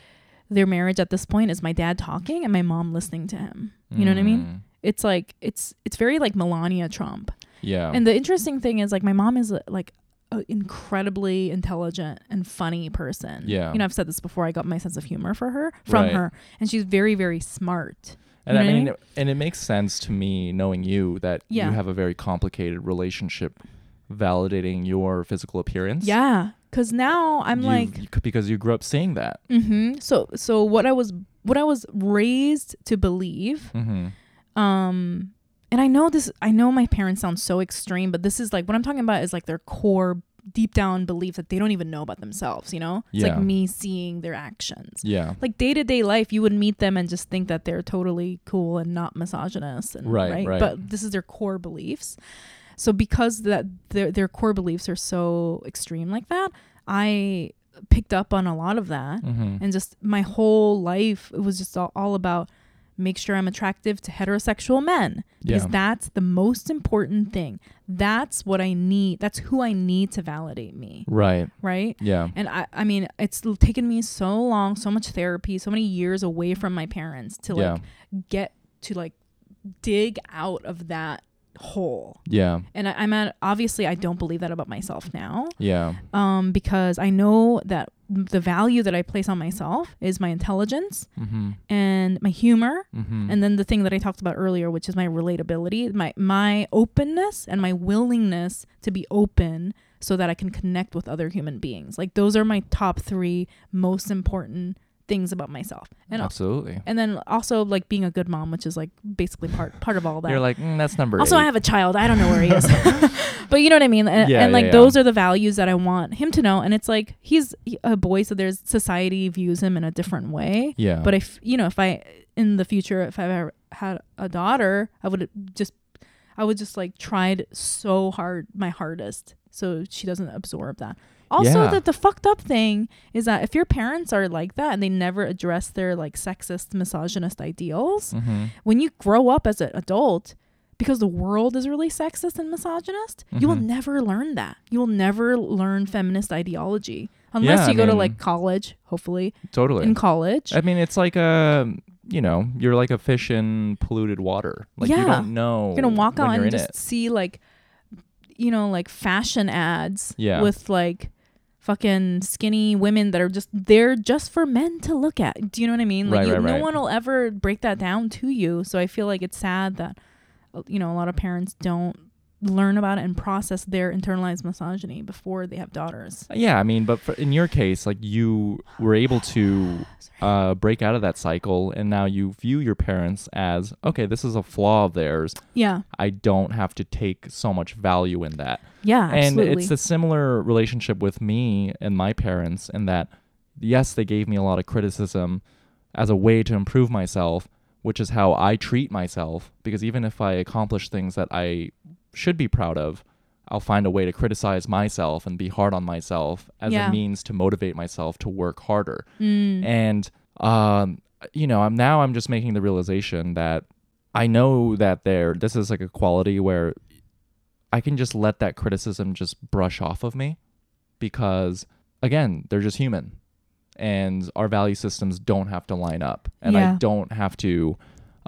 their marriage at this point is my dad talking and my mom listening to him you know what i mean Mm. it's like it's it's very like melania trump Yeah. and the interesting thing is, like, my mom is like an incredibly intelligent and funny person. Yeah. You know, I've said this before. I got my sense of humor for her from Right. her, and she's very, very smart. And You know I what I mean, and it makes sense to me knowing you that Yeah. you have a very complicated relationship validating your physical appearance. Yeah. Because now I'm You- like, you- because you grew up seeing that. mm-hmm. so so what I was what I was raised to believe, Mm-hmm. um, and I know this I know my parents sound so extreme, but this is like what I'm talking about is like their core deep down belief that they don't even know about themselves, you know? It's Yeah. like me seeing their actions. Yeah. Like day to day life, you would meet them and just think that they're totally cool and not misogynist, and Right, right. But this is their core beliefs. So because that their their core beliefs are so extreme like that, I picked up on a lot of that Mm-hmm. and just my whole life it was just all, all about make sure i'm attractive to heterosexual men because Yeah. that's the most important thing that's what i need that's who i need to validate me Right. right Yeah. and i i mean it's l- taken me so long so much therapy so many years away from my parents to Yeah. like get to like dig out of that hole Yeah. and I, i'm at obviously i don't believe that about myself now Yeah. um, because I know that the value that I place on myself is my intelligence Mm-hmm. and my humor. Mm-hmm. And then the thing that I talked about earlier, which is my relatability, my my openness and my willingness to be open so that I can connect with other human beings. Like those are my top three most important things about myself. And Absolutely. and then also like being a good mom, which is like basically part part of all that You're like, mm, that's number also eight. i have a child i don't know where he is but you know what i mean and, Yeah, and, like yeah, yeah. those are the values that i want him to know and it's like he's a boy so there's society views him in a different way yeah. but if you know if i in the future if i ever had a daughter i would just i would just like tried so hard my hardest so she doesn't absorb that also Yeah. that the fucked up thing is that if your parents are like that and they never address their like sexist misogynist ideals mm-hmm. when you grow up as an adult because the world is really sexist and misogynist you will Mhm. never learn that you will never learn feminist ideology unless Yeah, I you go to mean- like college hopefully Totally. in college I mean, it's like a you know, you're like a fish in polluted water. Like you Yeah. don't know. you're gonna walk when out you're and in just it. see like you know like fashion ads Yeah. with like fucking skinny women that are just there just for men to look at do you know what i mean like Right, you, right, no right. one will ever break that down to you so i feel like it's sad that uh, you know a lot of parents don't learn about it and process their internalized misogyny before they have daughters Yeah, I mean, but for, in your case, like you were able to uh, break out of that cycle, and now you view your parents as okay, this is a flaw of theirs. yeah I don't have to take so much value in that. yeah absolutely And it's a similar relationship with me and my parents in that, yes, they gave me a lot of criticism as a way to improve myself, which is how I treat myself. Because even if I accomplish things that I should be proud of, I'll find a way to criticize myself and be hard on myself as Yeah. a means to motivate myself to work harder Mm, and um, you know, I'm now I'm just making the realization that I know that there this is like a quality where I can just let that criticism just brush off of me because again, they're just human and our value systems don't have to line up and I Yeah. don't have to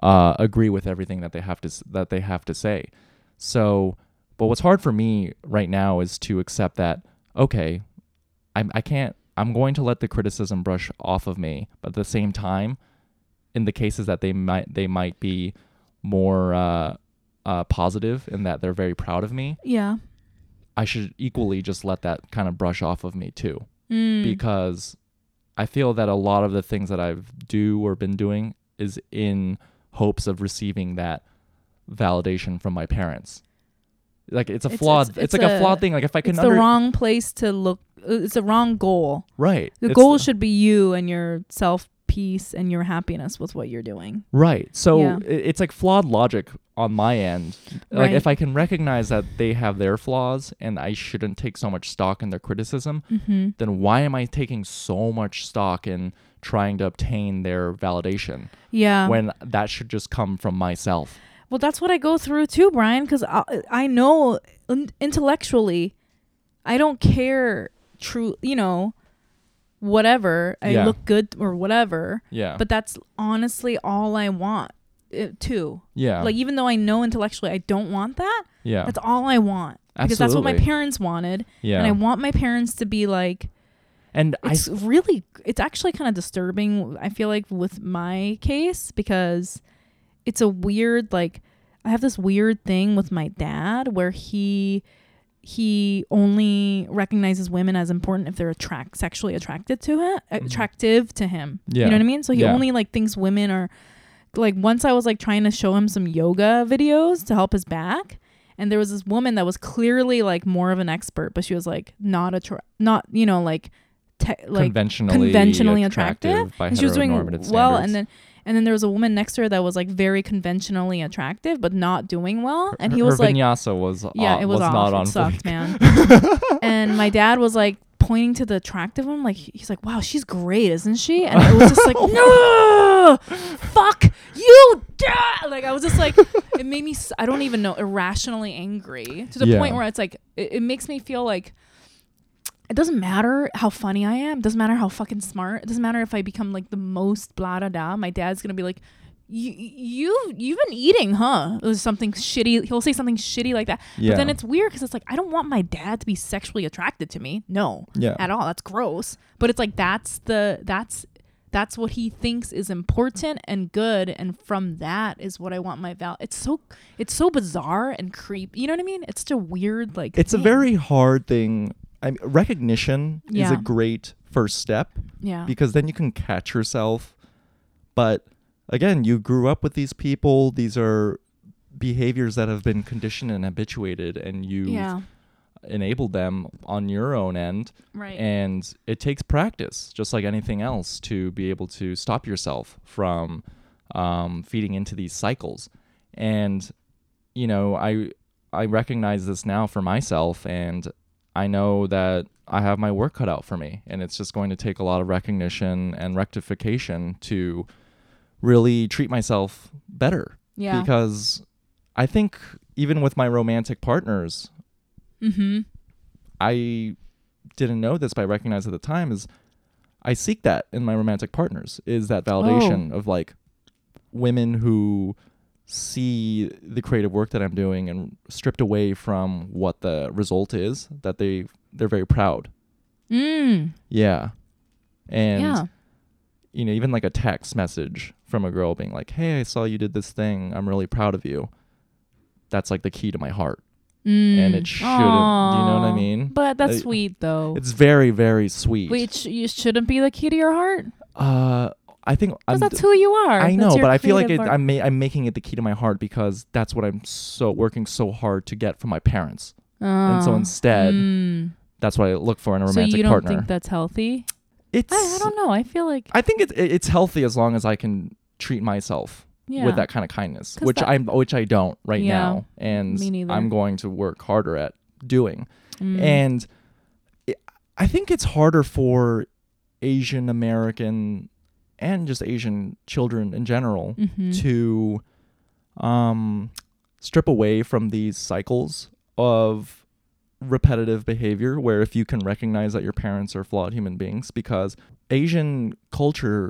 uh, agree with everything that they have to s- that they have to say. So, but what's hard for me right now is to accept that okay, I'm, I can't, I'm going to let the criticism brush off of me. But at the same time, in the cases that they might, they might be more uh, uh, positive in that they're very proud of me, yeah I should equally just let that kind of brush off of me too. Mm, Because I feel that a lot of the things that I've do or been doing is in hopes of receiving that validation from my parents. Like it's a It's- flawed, it's, it's- it's like a, a- flawed thing. Like if I can it's the under, wrong place to look uh, it's the wrong goal right, The It's goal should be you and your self peace and your happiness with what you're doing. Right. So Yeah. i- it's like flawed logic on my end. Like Right. if I can recognize that they have their flaws and I shouldn't take so much stock in their criticism, Mm-hmm. then why am I taking so much stock in trying to obtain their validation Yeah. when that should just come from myself? well, that's what I go through too, Brian, because I, I know in- intellectually, I don't care. True, you know, whatever I Yeah. look good or whatever, Yeah. but that's honestly all I want uh, too. yeah. Like even though I know intellectually I don't want that, yeah. that's all I want because that's what my Absolutely. parents wanted, yeah. and I want my parents to be like and I it's really it's actually kind of disturbing i feel like with my case because it's a weird like i have this weird thing with my dad where he he only recognizes women as important if they're attract sexually attracted to him attractive to him you Mm-hmm. Yeah. know what i mean so he Yeah. only like thinks women are like once I was like trying to show him some yoga videos to help his back, and there was this woman that was clearly like more of an expert, but she was like not a tra- not you know like te- like conventionally, conventionally attractive, by and she was doing heteronormative well, standards. and then and then there was a woman next to her that was like very conventionally attractive, but not doing well, and he Her- was her like, vinyasa was yeah, uh, it was, was off. not it on sucked, fleek. man. and my dad was like pointing to the attractive one, like he's like, "Wow, she's great, isn't she?" And I was just like, "No, fuck you!" da-" Like I was just like, it made me, s- I don't even know, irrationally angry to the Yeah. point where it's like, it, it makes me feel like. It doesn't matter how funny I am. It doesn't matter how fucking smart. It doesn't matter if I become like the most blah da da. My dad's gonna be like, you you you've been eating, huh? Or something shitty. He'll say something shitty like that. Yeah. But then it's weird because it's like I don't want my dad to be sexually attracted to me. No, Yeah. at all. That's gross. But it's like that's the that's that's what he thinks is important and good, and from that is what I want my val. It's so it's so bizarre and creep. You know what I mean? It's such a weird like. It's a thing. very hard thing. I mean, recognition is Yeah. a great first step yeah because then you can catch yourself. But again, you grew up with these people. These are behaviors that have been conditioned and habituated, and you yeah enabled them on your own end. right And it takes practice, just like anything else, to be able to stop yourself from um, feeding into these cycles. And you know, I I recognize this now for myself, and I know that I have my work cut out for me, and it's just going to take a lot of recognition and rectification to really treat myself better. yeah Because I think even with my romantic partners, mm-hmm I didn't know this, but I recognized at the time is I seek that in my romantic partners is that validation Oh. of like women who see the creative work that I'm doing and stripped away from what the result is that they they're very proud. mm. Yeah. And yeah you know, even like a text message from a girl being like, "Hey, I saw you did this thing. I'm really proud of you." That's like the key to my heart. mm. and it shouldn't- you know what I Aw. mean? but that's Uh, sweet though It's very very sweet. which you shouldn't be the key to your heart uh I think I'm because that's who you are. I That's know, your but I feel like it, creative art. I'm ma- I'm making it the key to my heart because that's what I'm so working so hard to get from my parents. and so Oh. instead, Mm. That's what I look for in a so romantic you don't partner. think that's healthy? it's I, I don't know. I feel like I think it's it- it's healthy as long as I can treat myself yeah, with that kind of kindness, 'Cause which that- I'm which I don't right Yeah. now, and Me neither. I'm going to work harder at doing. Mm. And i I think it's harder for Asian American and just Asian children in general Mhm. to um, strip away from these cycles of repetitive behavior where if you can recognize that your parents are flawed human beings because asian culture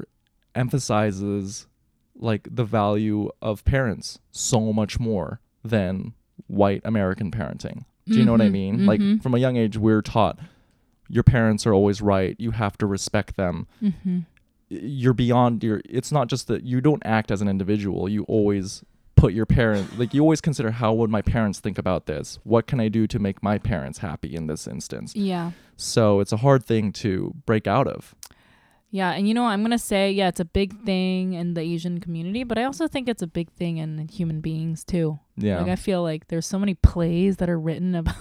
emphasizes like the value of parents so much more than white american parenting do you know what i Mhm, mean mhm. like from a young age we're taught your parents are always right you have to respect them Mhm. you're beyond your it's not just that you don't act as an individual you always put your parents like you always consider how would my parents think about this what can i do to make my parents happy in this instance yeah, so it's a hard thing to break out of yeah, and you know I'm gonna say yeah, it's a big thing in the Asian community, but I also think it's a big thing in human beings too. yeah Like I feel like there's so many plays that are written about.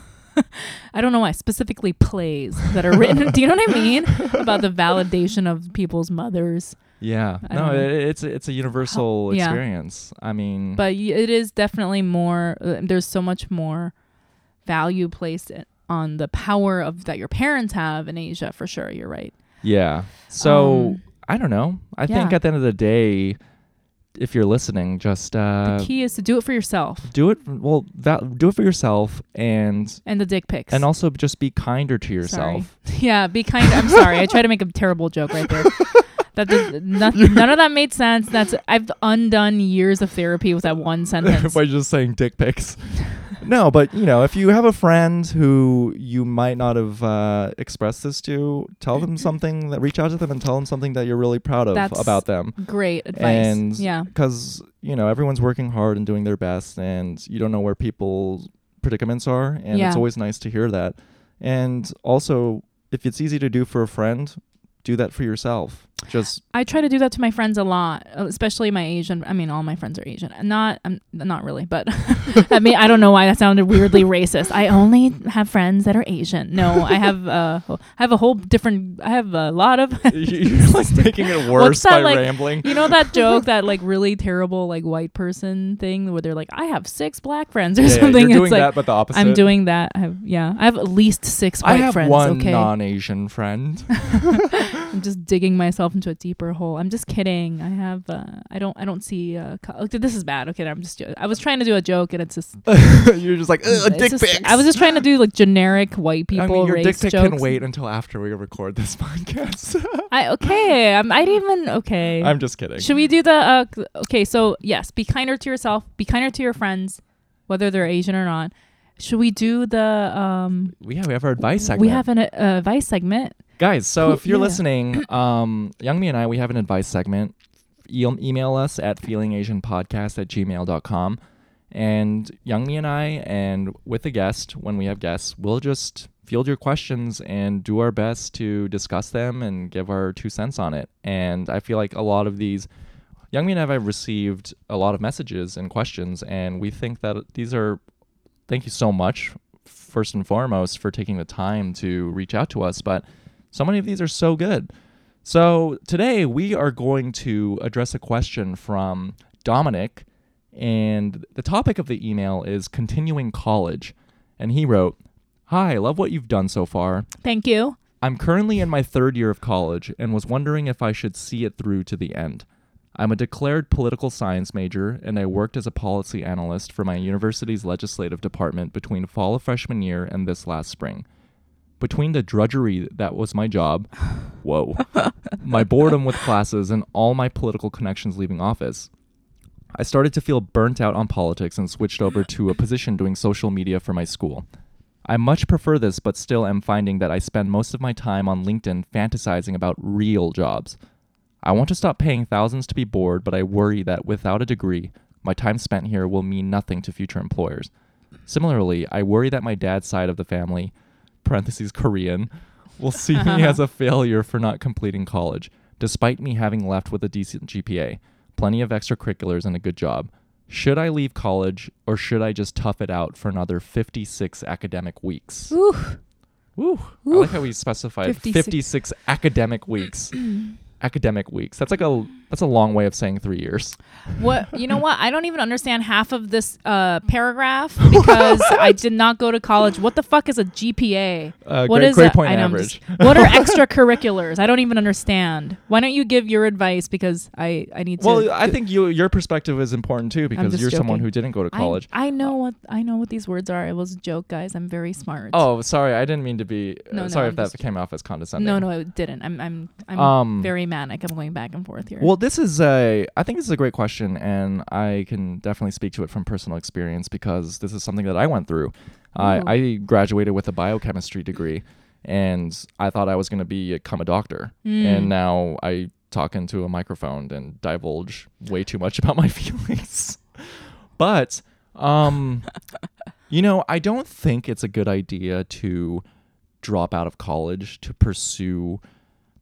I don't know why specifically plays that are written. do you know what I mean about the validation of people's mothers? yeah I no don't know. it, it's it's a universal Yeah. experience i mean but y- it is definitely more uh, there's so much more value placed i- on the power of that your parents have in asia for sure you're right yeah so Um, i don't know i yeah. think at the end of the day if you're listening just uh the key is to do it for yourself do it well that do it for yourself and and the dick pics and also just be kinder to yourself sorry. yeah be kind i'm sorry i tried to make a terrible joke right there that did, no- none of that made sense that's i've undone years of therapy with that one sentence by just saying dick pics. no, but you know, if you have a friend who you might not have uh, expressed this to, tell them something that reach out to them and tell them something that you're really proud of Mm-hmm. That's about them. great advice And yeah Because you know everyone's working hard and doing their best, and you don't know where people's predicaments are, and Yeah. it's always nice to hear that. And also, if it's easy to do for a friend, do that for yourself. Just I try to do that to my friends a lot, especially my Asian. I mean, all my friends are Asian. Not, I'm not really, but I mean, I don't know why that sounded weirdly racist. I only have friends that are Asian. No, I have, uh, I have a whole different. I have a lot of. you're like making it worse What's that, by like- rambling. You know that joke, that like really terrible like white person thing where they're like, I have six black friends or Yeah, yeah, something. You're doing it's like that, but the opposite. I'm doing that. I have yeah. I have at least six white I have friends. one okay. non-Asian friend. I'm just digging myself into a deeper hole. I'm just kidding. I have. Uh, I don't. I don't see. Uh, co- oh, this is bad. Okay, I'm just. I was trying to do a joke, and it's just. you're just like Ugh, it's dick just- pics. I was just trying to do like generic white people I mean, your race dick pic jokes. can wait until after we record this podcast. I okay. I'm, I didn't even okay. I'm just kidding. Should we do the? Uh, c- okay, so yes, be kinder to yourself. Be kinder to your friends, whether they're Asian or not. Should we do the? Um, We- yeah, we have our advice segment. we have an uh, advice segment. Guys, so Who- if you're yeah. listening, um, Young Me and I, we have an advice segment. E- email us at feelingasianpodcast at gmail.com. And Young Me and I, and with a guest, when we have guests, we'll just field your questions and do our best to discuss them and give our two cents on it. And I feel like a lot of these, Young Me and I have received a lot of messages and questions, and we think that these are thank you so much first and foremost for taking the time to reach out to us but so many of these are so good so today we are going to address a question from dominic and the topic of the email is continuing college and he wrote hi love what you've done so far Thank you. I'm currently in my third year of college and was wondering if I should see it through to the end. I'm a declared political science major, and I worked as a policy analyst for my university's legislative department between fall of freshman year and this last spring. Between the drudgery that was my job, whoa, my boredom with classes, and all my political connections leaving office, I started to feel burnt out on politics and switched over to a position doing social media for my school. I much prefer this, but still am finding that I spend most of my time on LinkedIn fantasizing about real jobs. I want to stop paying thousands to be bored, but I worry that without a degree, my time spent here will mean nothing to future employers. Similarly, I worry that my dad's side of the family, parentheses Korean, will see me as a failure for not completing college, despite me having left with a decent GPA, plenty of extracurriculars, and a good job. Should I leave college or should I just tough it out for another 56 academic weeks? Ooh, Ooh. I like how we specified 56, 56. academic weeks. academic weeks. That's like a that's a long way of saying 3 years. what you know? What I don't even understand half of this uh, paragraph because I did not go to college. What the fuck is a GPA? Uh, What great, is grade a- point I know, I'm average. just- what are extracurriculars? I don't even understand. Why don't you give your advice because I I need Well, to. I think you your perspective is important too because just you're someone joking. who didn't go to I- college. I, know what I know what these words are. It was a joke, guys. I'm very smart. oh, sorry. I didn't mean to be uh, No, no, sorry I'm if that just- came off as condescending. no, no, it didn't. I'm I'm I'm Um, very manic. I'm going back and forth here. Well, this is a I think this is a great question and I can definitely speak to it from personal experience because this is something that I went through. I Ooh. I graduated with a biochemistry degree and I thought I was going to become a doctor. And now I talk into a microphone and divulge way too much about my feelings. but um you know, I don't think it's a good idea to drop out of college to pursue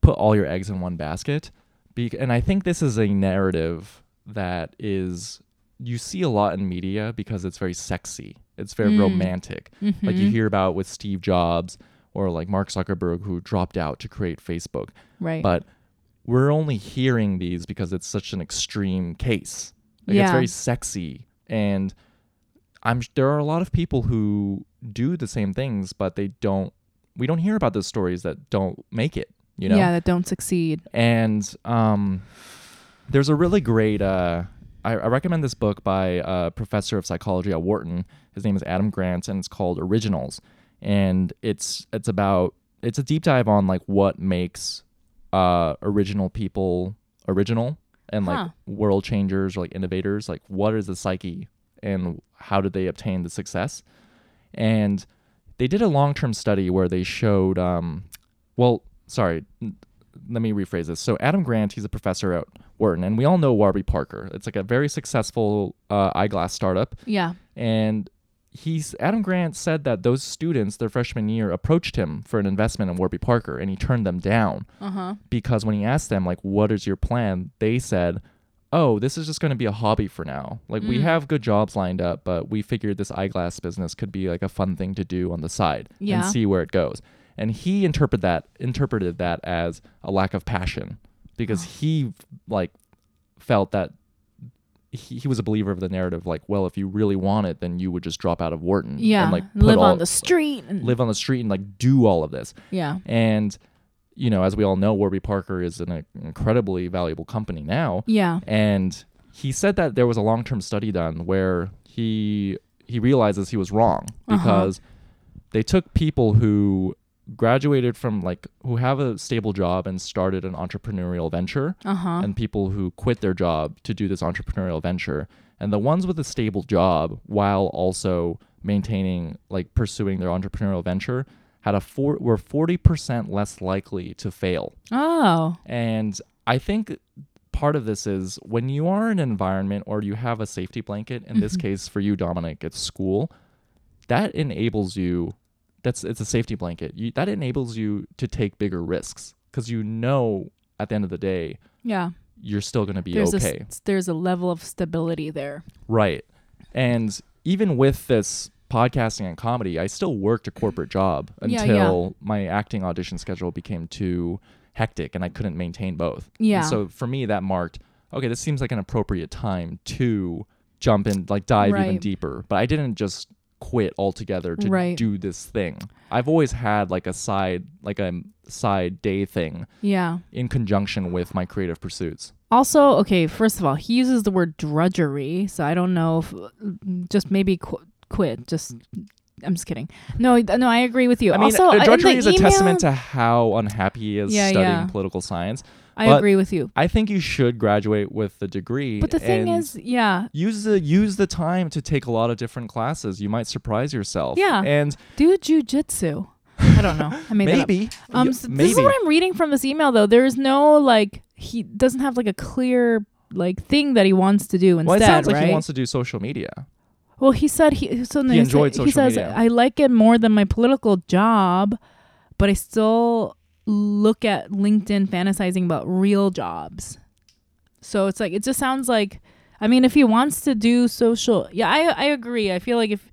put all your eggs in one basket. Be- and I think this is a narrative that is you see a lot in media because it's very sexy. It's very romantic. Mm-hmm. Like you hear about with Steve Jobs or like Mark Zuckerberg who dropped out to create Facebook. right. But we're only hearing these because it's such an extreme case. Like it's Yeah. very sexy and I'm sh- there are a lot of people who do the same things but they don't we don't hear about those stories that don't make it, you know? yeah, that don't succeed. and um, there's a really great uh, I, I recommend this book by a professor of psychology at wharton his name is adam grant and it's called originals and it's it's about it's a deep dive on like what makes uh, original people original and like Huh. world changers or like innovators like what is the psyche and how did they obtain the success and they did a long-term study where they showed um, well sorry n- let me rephrase this so adam grant he's a professor at wharton and we all know warby parker it's like a very successful uh, eyeglass startup Yeah. and he's Adam Grant said that those students their freshman year approached him for an investment in Warby Parker and he turned them down Uh huh. because when he asked them like what is your plan they said oh this is just going to be a hobby for now like we Mm. have good jobs lined up but we figured this eyeglass business could be like a fun thing to do on the side Yeah. and see where it goes and he interpreted that interpreted that as a lack of passion because he like felt that he, he was a believer of the narrative like well if you really want it then you would just drop out of Wharton Yeah. and like put live all, on the street. And, live on the street and like do all of this yeah. and, you know, as we all know, Warby Parker is an uh, incredibly valuable company now. Yeah. And he said that there was a long term study done where he he realizes he was wrong Uh-huh. because they took people who graduated from like who have a stable job and started an entrepreneurial venture Uh huh. and people who quit their job to do this entrepreneurial venture and the ones with a stable job while also maintaining like pursuing their entrepreneurial venture had a four were 40% less likely to fail Oh. and i think part of this is when you are in an environment or you have a safety blanket in this case for you dominic it's school that enables you that's it's a safety blanket you, that enables you to take bigger risks because you know at the end of the day Yeah. you're still going to be There's okay. a s- there's a level of stability there. right. And even with this podcasting and comedy, I still worked a corporate job Yeah, until my acting audition schedule became too hectic and I couldn't maintain both. And Yeah. so for me, that marked okay, this seems like an appropriate time to jump in, like dive even Right. deeper. But I didn't just quit altogether to Right. do this thing. I've always had like a side, like a side day thing Yeah. in conjunction with my creative pursuits. Also, okay, first of all, he uses the word drudgery, so I don't know if just maybe qu- quit. Just I'm just kidding. No, th- no, I agree with you. I mean, also, uh, I- in drudgery the is a email- testament to how unhappy he is Yeah, studying yeah. political science. I but- agree with you. I think you should graduate with the degree. But the thing and is, yeah, use the use the time to take a lot of different classes. You might surprise yourself. Yeah. and do jujitsu. I don't know. I made that up. maybe, Um, y- so maybe. this is what I'm reading from this email though. There is no like he doesn't have like a clear like thing that he wants to do well, instead, it sounds like right? he wants to do social media. Well, he said he so then He he enjoyed sa- he social says media. I like it more than my political job, but I still look at LinkedIn fantasizing about real jobs. So it's like it just sounds like I mean if he wants to do social yeah, I I agree. I feel like if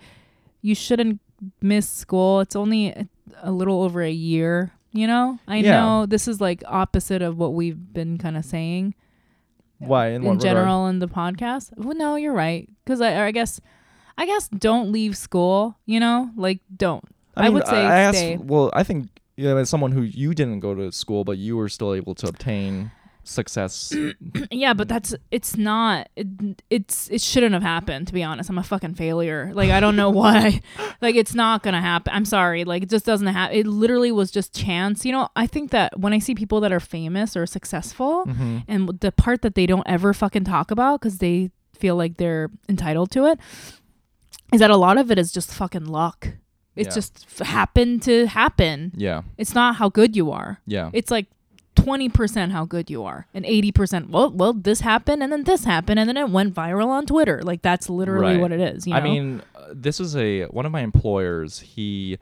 you shouldn't miss school, it's only a, a little over a year, you know? I Yeah. know this is like opposite of what we've been kind of saying Why in, in what regard? general in the podcast. Well, no, you're right. Because I, or I guess, I guess, don't leave school. You know, like don't. I mean, would say I asked- stay. well, I think you know, as someone who you didn't go to school, but you were still able to obtain success. yeah, but that's it's not. It, it's it shouldn't have happened. To be honest, I'm a fucking failure. Like I don't know why. like it's not gonna happen. I'm sorry. Like it just doesn't happen. It literally was just chance. You know, I think that when I see people that are famous or successful, Mhm. and the part that they don't ever fucking talk about because they feel like they're entitled to it is that a lot of it is just fucking luck. It's Yeah. just f- happened to happen. Yeah, It's not how good you are. yeah, It's like 20% how good you are and 80% well well this happened and then this happened and then it went viral on Twitter. Like that's literally Right. what it is, you know. I mean, uh, this was a one of my employers. He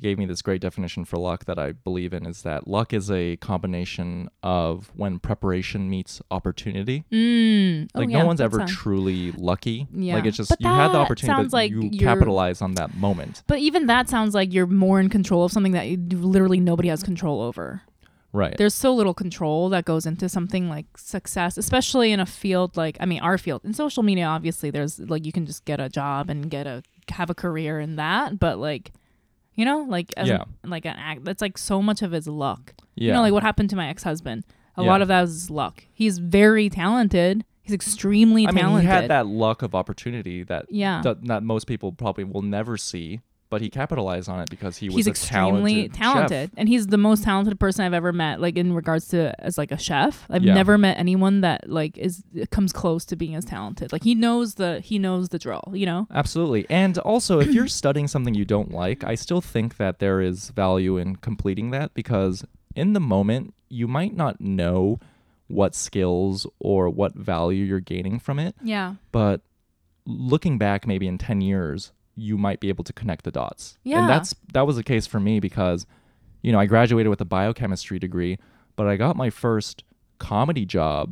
gave me this great definition for luck that I believe in is that luck is a combination of when preparation meets opportunity. mm. Oh, Like yeah, no one's that ever sounds- truly lucky. Yeah. Like it's just But you had the that opportunity, sounds but like you you're- capitalize on that moment. But even that sounds like you're more in control of something that you, literally nobody has control over. Right. there's so little control that goes into something like success, especially in a field like I mean our field in social media. Obviously, there's like you can just get a job and get a have a career in that, but like you know, like as Yeah. an, like an act that's like so much of his luck. yeah. You know, like what happened to my ex husband. A lot Yeah. of that was his luck. He's very talented. He's extremely I mean, talented. he had that luck of opportunity that Yeah. that, that most people probably will never see, but he capitalized on it because he was he's a extremely talented, chef. talented, and he's the most talented person i've ever met like in regards to as like a chef i've Yeah. never met anyone that like is comes close to being as talented like he knows the he knows the drill you know Absolutely. And also, if you're studying something you don't like, I still think that there is value in completing that because in the moment, you might not know what skills or what value you're gaining from it. yeah But looking back, maybe in 10 years, you might be able to connect the dots. Yeah. And that's that was the case for me because you know, I graduated with a biochemistry degree, but I got my first comedy job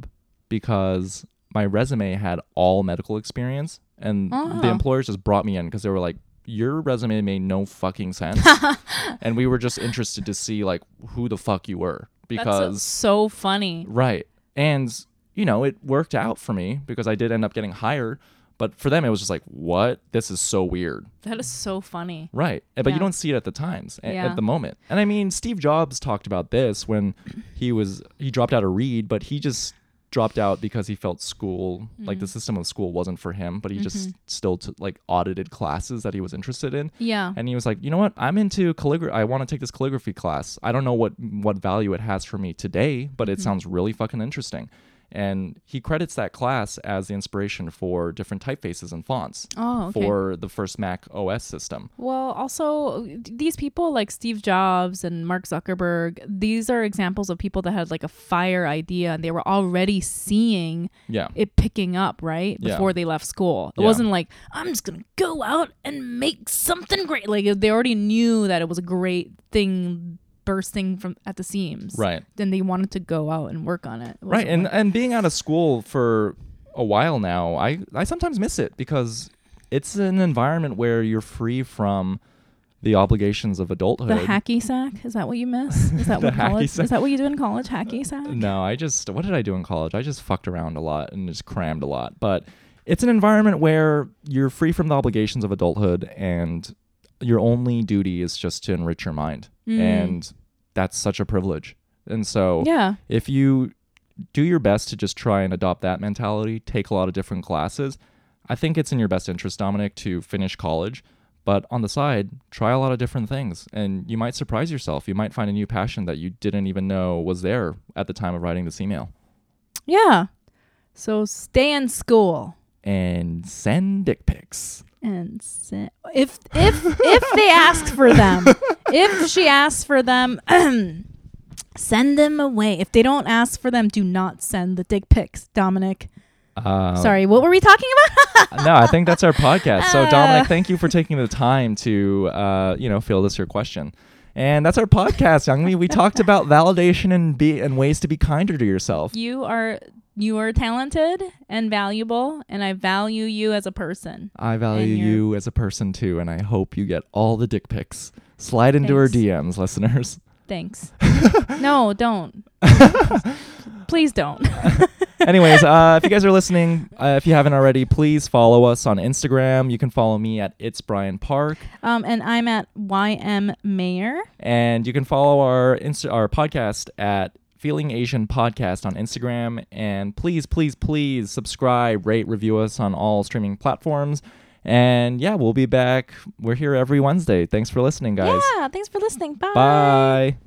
because my resume had all medical experience and the Ah. employers just brought me in because they were like your resume made no fucking sense and we were just interested to see like who the fuck you were That's because so funny. Right. And, you know, it worked out for me because I did end up getting hired. But for them, it was just like, what? This is so weird. That is so funny. Right. Eh, But Yeah. you don't see it at the times, a- Yeah. at the moment. And I mean, Steve Jobs talked about this when he was, he dropped out of Reed, but he just dropped out because he felt school, like Mm-hmm. the system of school wasn't for him, but he just still t- like audited classes that he was interested in. Yeah. And he was like, you know what? I'm into calligraphy. I want to take this calligraphy class. I don't know what what value it has for me today, but Mm-hmm. it sounds really fucking interesting. And he credits that class as the inspiration for different typefaces and fonts Oh, okay. for the first Mac OS system. Well, also uh, d- these people like Steve Jobs and Mark Zuckerberg, these are examples of people that had like a fire idea and they were already seeing Yeah. it picking up, right? Yeah. Before they left school. It Yeah. wasn't like, I'm just going to go out and make something great. Like they already knew that it was a great thing bursting from at the seams. Right. Then they wanted to go out and work on it. It Right. wasn't And like- and being out of school for a while now, I I sometimes miss it because it's an environment where you're free from the obligations of adulthood. the hacky sack, is that what you miss? Is that The what hacky college sack. is that what you do in college? Hacky sack? No, I just what did I do in college? I just fucked around a lot and just crammed a lot. But it's an environment where you're free from the obligations of adulthood and your only duty is just to enrich your mind. Mm. And that's such a privilege. And so Yeah. if you do your best to just try and adopt that mentality, take a lot of different classes, I think it's in your best interest, Dominic, to finish college. But on the side, try a lot of different things, and you might surprise yourself. You might find a new passion that you didn't even know was there at the time of writing this email. Yeah. So stay in school And send dick pics. and sit. if if if they ask for them, if she asks for them, send them away. If they don't ask for them, do not send the dick pics, Dominic. Uh, Sorry, what were we talking about? no, I think that's our podcast. So, Dominic, Uh. thank you for taking the time to, uh, you know, field us your question. And that's our podcast, Youngmi. We talked about validation and be and ways to be kinder to yourself. you are you are talented and valuable, and I value you as a person. I value And you're- you as a person too, and I hope you get all the dick pics. Slide into Thanks. our DMs, listeners. Thanks. no, don't. Please don't. Anyways, uh, if you guys are listening, uh, if you haven't already, please follow us on Instagram. You can follow me at it's Brian Park, Um, and I'm at YM Mayer. and you can follow our Insta- our podcast at Feeling Asian Podcast on Instagram. And please, please, please subscribe, rate, review us on all streaming platforms. And yeah, we'll be back. We're here every Wednesday. Thanks for listening, guys. Yeah, thanks for listening. Bye. Bye.